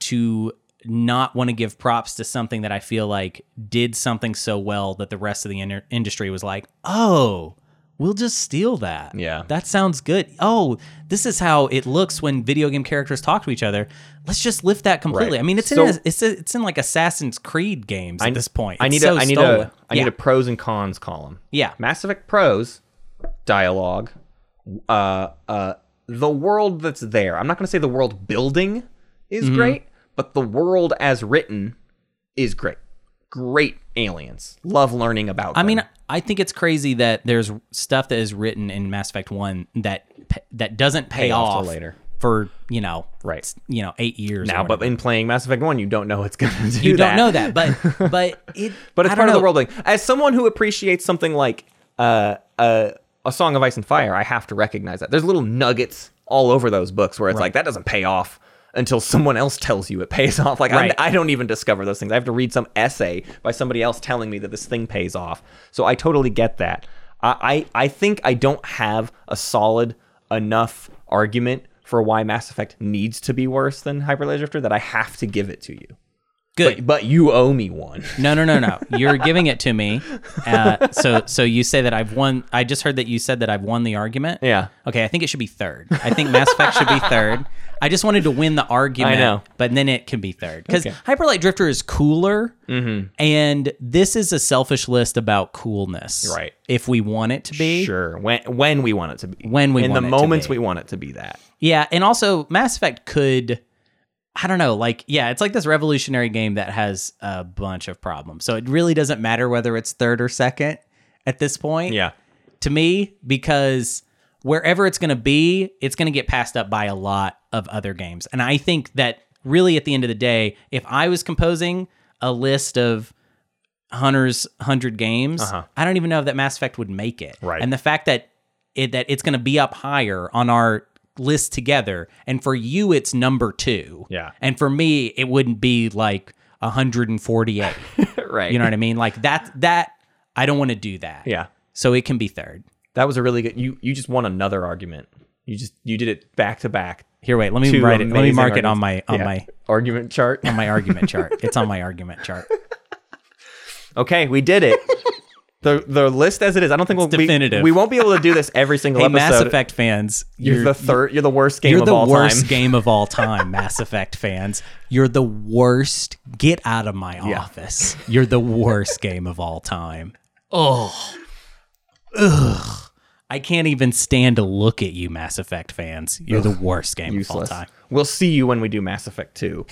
S2: to not want to give props to something that I feel like did something so well that the rest of the inter- industry was like, oh. We'll just steal that.
S1: Yeah.
S2: That sounds good. Oh, this is how it looks when video game characters talk to each other. Let's just lift that
S1: Right.
S2: completely. I mean, it's
S1: So-
S2: in a, it's, it's in like Assassin's Creed games at this point.
S1: I
S2: It's
S1: need
S2: so
S1: a I need
S2: stolen.
S1: a I need
S2: yeah.
S1: a pros and cons column.
S2: Yeah.
S1: Mass Effect pros, dialogue,
S2: Mm-hmm.
S1: uh, uh, the world that's there. I'm not going to say the world building is great, but the world as written is great. Great aliens. Love learning about
S2: I mean,
S1: them.
S2: I think it's crazy that there's stuff that is written in Mass Effect One that p- that doesn't pay,
S1: Pay off till
S2: off
S1: later.
S2: for you know
S1: Right.
S2: s- you know eight years
S1: now,
S2: or
S1: but
S2: whatever.
S1: in playing Mass Effect 1, you don't know it's going to (laughs) do
S2: you
S1: that.
S2: don't know that
S1: (laughs)
S2: but but it
S1: But it's
S2: I don't
S1: part of
S2: know.
S1: the world building. As someone who appreciates something like uh, uh, A Song of Ice and Fire, I have to recognize that. There's little nuggets all over those books where it's like, that doesn't pay off until someone else tells you it pays (laughs) off. Like, I'm-
S2: Right.
S1: I don't even discover those things. I have to read some essay by somebody else telling me that this thing pays off. So I totally get that. I, I, I think I don't have a solid enough argument for why Mass Effect needs to be worse than Hyperlaser Drifter that I have to give it to you.
S2: good
S1: But you owe me one.
S2: No, no, no, no. You're giving it to me. Uh, so, so you say that I've won. I just heard that you said that I've won the argument.
S1: Yeah.
S2: Okay. I think it should be third. I think Mass Effect should be third. I just wanted to win the argument.
S1: I know.
S2: But then it can be third because Hyperlight Drifter is cooler,
S1: Mm-hmm.
S2: and this is a selfish list about coolness.
S1: Right.
S2: If we want it to be.
S1: Sure. When when we want it to be.
S2: When we
S1: in
S2: want
S1: the
S2: it to
S1: moments
S2: be.
S1: we want it to be that.
S2: Yeah, and also Mass Effect could I don't know, like yeah, it's like this revolutionary game that has a bunch of problems. So it really doesn't matter whether it's third or second at this point. (laughs) To me, because wherever it's going to be, it's going to get passed up by a lot of other games. And I think that really at the end of the day, if I was composing a list of Hunter's 100 games, I don't even know if that Mass Effect would make it.
S1: Uh-huh. Right.
S2: And the fact that it, that it's going to be up higher on our list together and for you it's number 2.
S1: Yeah.
S2: And for me it wouldn't be like 148.
S1: (laughs) right.
S2: you know what I mean? Like that that I don't want to do that.
S1: Yeah.
S2: So it can be third.
S1: That was a really good you you just won another argument. You just you did it back to back.
S2: Here, wait. Let me
S1: Two
S2: write it. Let me
S1: amazing
S2: mark it on my
S1: arguments.
S2: on
S1: Yeah.
S2: my
S1: argument
S2: (laughs)
S1: chart.
S2: on my argument chart. It's on my argument
S1: (laughs)
S2: chart.
S1: okay, we did
S2: (laughs)
S1: it. the the list as it is. I don't think we'll we-
S2: definitive.
S1: We, won't be able to do this every single
S2: (laughs) Hey,
S1: episode.
S2: Mass Effect fans,
S1: You're,
S2: you're
S1: the third you're the worst game
S2: you're
S1: of
S2: the
S1: all (laughs)
S2: worst
S1: time.
S2: game of all time, Mass Effect fans. You're the worst. Get out of my office. You're the worst game of all time. Oh. Ugh. I can't even stand to look at you, Mass Effect fans. You're the worst game
S1: Useless.
S2: of all time.
S1: We'll see you when we do Mass Effect
S2: (laughs)
S1: 2.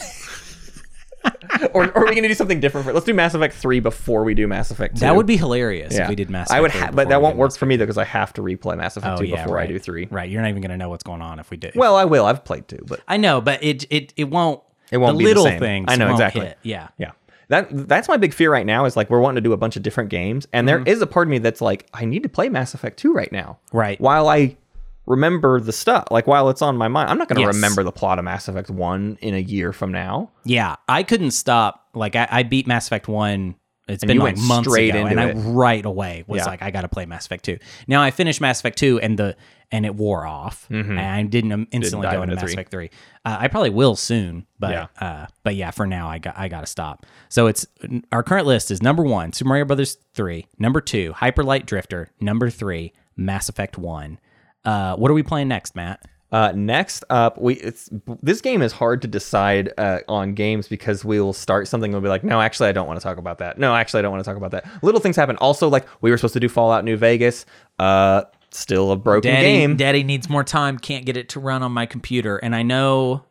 S1: (laughs) or, or are we gonna do something different for let's do Mass Effect 3 before we do Mass Effect 2.
S2: That would be hilarious
S1: Yeah.
S2: if we did Mass Effect.
S1: I would,
S2: 3
S1: ha-
S2: before
S1: but that
S2: we
S1: won't
S2: did
S1: work for me though because I have to replay Mass Effect
S2: Mass-
S1: two
S2: Oh, yeah,
S1: before I
S2: right.
S1: do three.
S2: Right. You're not even going to know what's going on if we do.
S1: Well, I will. I've played two, but
S2: I know, but it it it won't.
S1: it won't be
S2: the little
S1: the same.
S2: things.
S1: I know
S2: won't
S1: exactly.
S2: hit. Yeah.
S1: yeah. That that's my big fear right now is like we're wanting to do a bunch of different games, and
S2: Mm-hmm.
S1: there is a part of me that's like I need to play Mass Effect two right now.
S2: Right.
S1: While I remember the stuff, like while it's on my mind, I'm not going to
S2: Yes.
S1: remember the plot of Mass Effect one in a year from now.
S2: Yeah. I couldn't stop. Like I, I beat Mass Effect one. It's been
S1: you
S2: like
S1: went
S2: months
S1: straight
S2: ago,
S1: into
S2: and I
S1: it.
S2: right away was
S1: Yeah.
S2: like, I got to play Mass Effect two. Now I finished Mass Effect two, and the and it wore off, and I didn't um, instantly
S1: Mm-hmm. dive
S2: go into
S1: into
S2: Mass
S1: three.
S2: Effect three. Uh, I probably will soon, but
S1: Yeah.
S2: uh, but yeah, for now I got I got to stop. So it's our current list is number one, Super Mario Brothers three, number two, Hyper Light Drifter, number three, Mass Effect one. Uh, what are we playing next, Matt?
S1: Uh, next up, we it's this game is hard to decide uh, on games because we'll start something and we'll be like, no, actually, I don't want to talk about that. No, actually, I don't want to talk about that. Little things happen. Also, like we were supposed to do Fallout New Vegas. Uh, still a broken
S2: Daddy,
S1: game.
S2: Daddy needs more time. Can't get it to run on my computer. And I know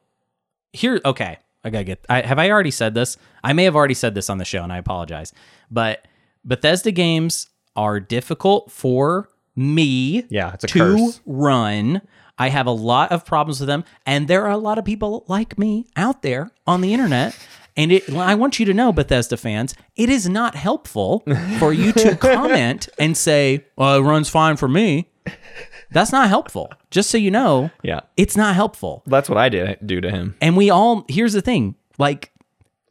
S2: here. Okay, I gotta get. I, have I already said this? I may have already said this on the show, and I apologize. But Bethesda games are difficult for me.
S1: Yeah, it's a
S2: to
S1: curse.
S2: run. I have a lot of problems with them, and there are a lot of people like me out there on the internet. And it, well, I want you to know, Bethesda fans, it is not helpful for you
S1: (laughs)
S2: to comment and say, "Well, it runs fine for me." That's not helpful. Just so you know,
S1: Yeah,
S2: it's not helpful.
S1: that's what I did do to him.
S2: And we all here's the thing, like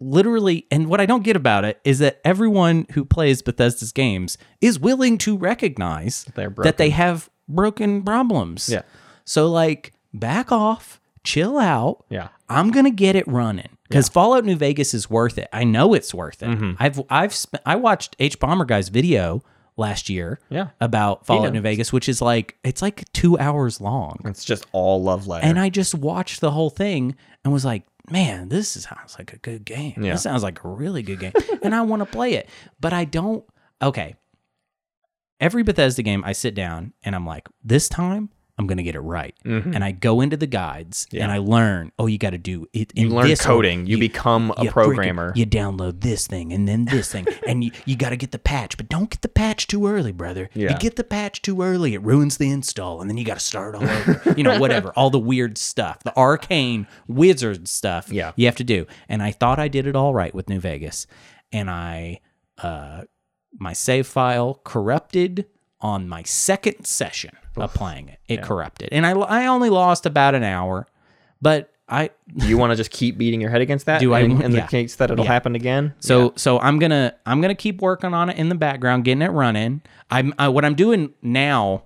S2: literally and what I don't get about it is that everyone who plays Bethesda's games is willing to recognize
S1: They're
S2: that they have broken problems.
S1: Yeah.
S2: So like back off, chill out.
S1: Yeah,
S2: I'm gonna get it running because Fallout New Vegas is worth it. I know it's worth it.
S1: Mm-hmm.
S2: I've I've spent I watched H Bomber Guy's video last year
S1: Yeah.
S2: about Fallout
S1: knows.
S2: New Vegas, which is like it's like two hours long,
S1: it's just all love letter.
S2: and I just watched the whole thing and was like, man, this is- sounds like a good game.
S1: Yeah.
S2: This sounds like a really good game, and I want to play it, but I don't. Okay, every Bethesda game, I sit down and I'm like, this time. I'm going to get it right.
S1: Mm-hmm.
S2: And I go into the guides and I learn, oh, you got to do it. In
S1: You learn
S2: this order.
S1: coding. You, become a
S2: you freaking-
S1: programmer.
S2: you download this thing and then this
S1: (laughs)
S2: thing, and you, you got to get the patch, but don't get the patch too early, brother.
S1: Yeah.
S2: You get the patch too early, it ruins the install, and then you got to start all over. you know,
S1: (laughs)
S2: whatever, all the weird stuff, the arcane wizard stuff.
S1: Yeah.
S2: you have to do. And I thought I did it all right with New Vegas, and I, uh, my save file corrupted on my second session of playing it. It corrupted, and I I only lost about an hour, but. I
S1: Do you want to just keep beating your head against that?
S2: Do I-
S1: in, in
S2: yeah.
S1: the case that it'll
S2: Yeah.
S1: happen again?
S2: So so I'm gonna I'm gonna keep working on it in the background, getting it running. I'm I, what I'm doing now.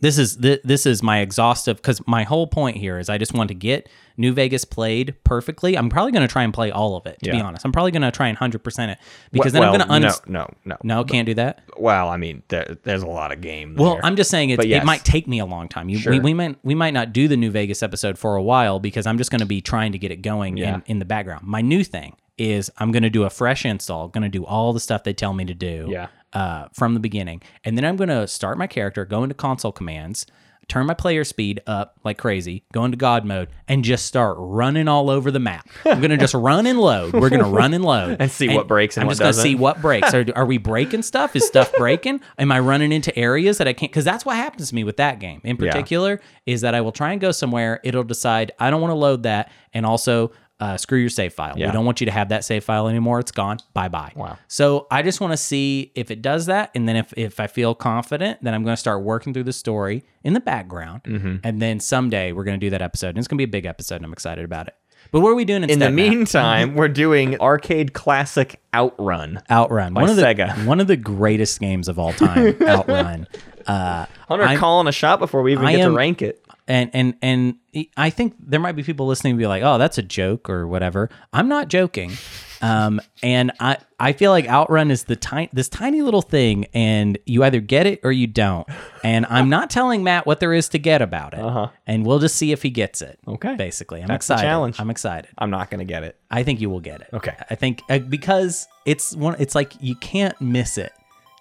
S2: This is thi- this is my exhaustive because my whole point here is I just want to get New Vegas played perfectly. I'm probably gonna try and play all of it. To be
S1: Yeah.
S2: honest, I'm probably gonna try and hundred percent it
S1: Wh-
S2: because then
S1: well,
S2: I'm gonna un-
S1: no, no, no,
S2: no, can't do that.
S1: Well, I mean, there, there's a lot of game.
S2: Well,
S1: there.
S2: I'm just saying it's,
S1: But yes.
S2: it might take me a long time. You, we,
S1: Sure.
S2: we might we might not do the New Vegas episode for a while because I'm just going to be trying to get it going
S1: Yeah.
S2: in, in the background. My new thing is I'm going to do a fresh install, going to do all the stuff they tell me to do
S1: Yeah.
S2: uh, from the beginning, and then I'm going to start my character, go into console commands. Turn my player speed up like crazy, go into God mode, and just start running all over the map. I'm gonna just run and load. We're gonna run and load
S1: (laughs) And see what breaks and
S2: I'm
S1: what
S2: just gonna
S1: doesn't.
S2: see what breaks. Are, are we breaking stuff? Is stuff breaking? Am I running into areas that I can't? Because that's what happens to me with that game in particular is that I will try and go somewhere. It'll decide I don't want to load that, and also uh, screw your save file.
S1: Yeah.
S2: We don't want you to have that save file anymore. It's gone. Bye bye.
S1: Wow.
S2: So I just want to see if it does that, and then if if I feel confident, then I'm going to start working through the story in the background,
S1: Mm-hmm.
S2: and then someday we're going to do that episode, and it's going to be a big episode, and I'm excited about it. But what are we doing
S1: in
S2: instead?
S1: the
S2: Matt?
S1: meantime, we're doing arcade classic Outrun.
S2: Outrun, one of the
S1: Sega. (laughs)
S2: one of the greatest games of all time. Outrun, uh,
S1: Hunter
S2: I'm-
S1: calling a shot before we even
S2: I
S1: get
S2: am-
S1: to rank it.
S2: and and and I think there might be people listening to be like, "Oh, that's a joke or whatever." I'm not joking, um, and I I feel like Outrun is the tiny this tiny little thing, and you either get it or you don't. And I'm not telling Matt what there is to get about it, uh-huh. and we'll just see if he gets it.
S1: Okay.
S2: basically, I'm
S1: That's the
S2: excited.
S1: challenge.
S2: I'm excited.
S1: I'm not going to get it.
S2: I think you will get it.
S1: Okay.
S2: I think uh, because it's one. It's like you can't miss it.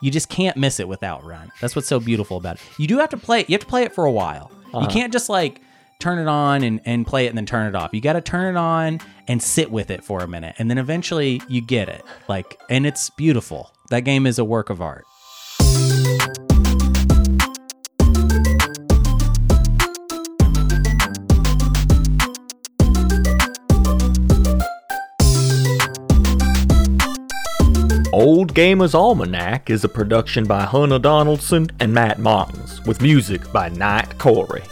S2: You just can't miss it without Run. That's what's so beautiful about it. You do have to play it. You have to play it for a while. You can't just like turn it on and, and play it and then turn it off. You got to turn it on and sit with it for a minute, and then eventually you get it. Like, and it's beautiful. That game is a work of art.
S1: Old Gamers Almanac is a production by Hunter Donaldson and Matt Martins, with music by Knight Corey.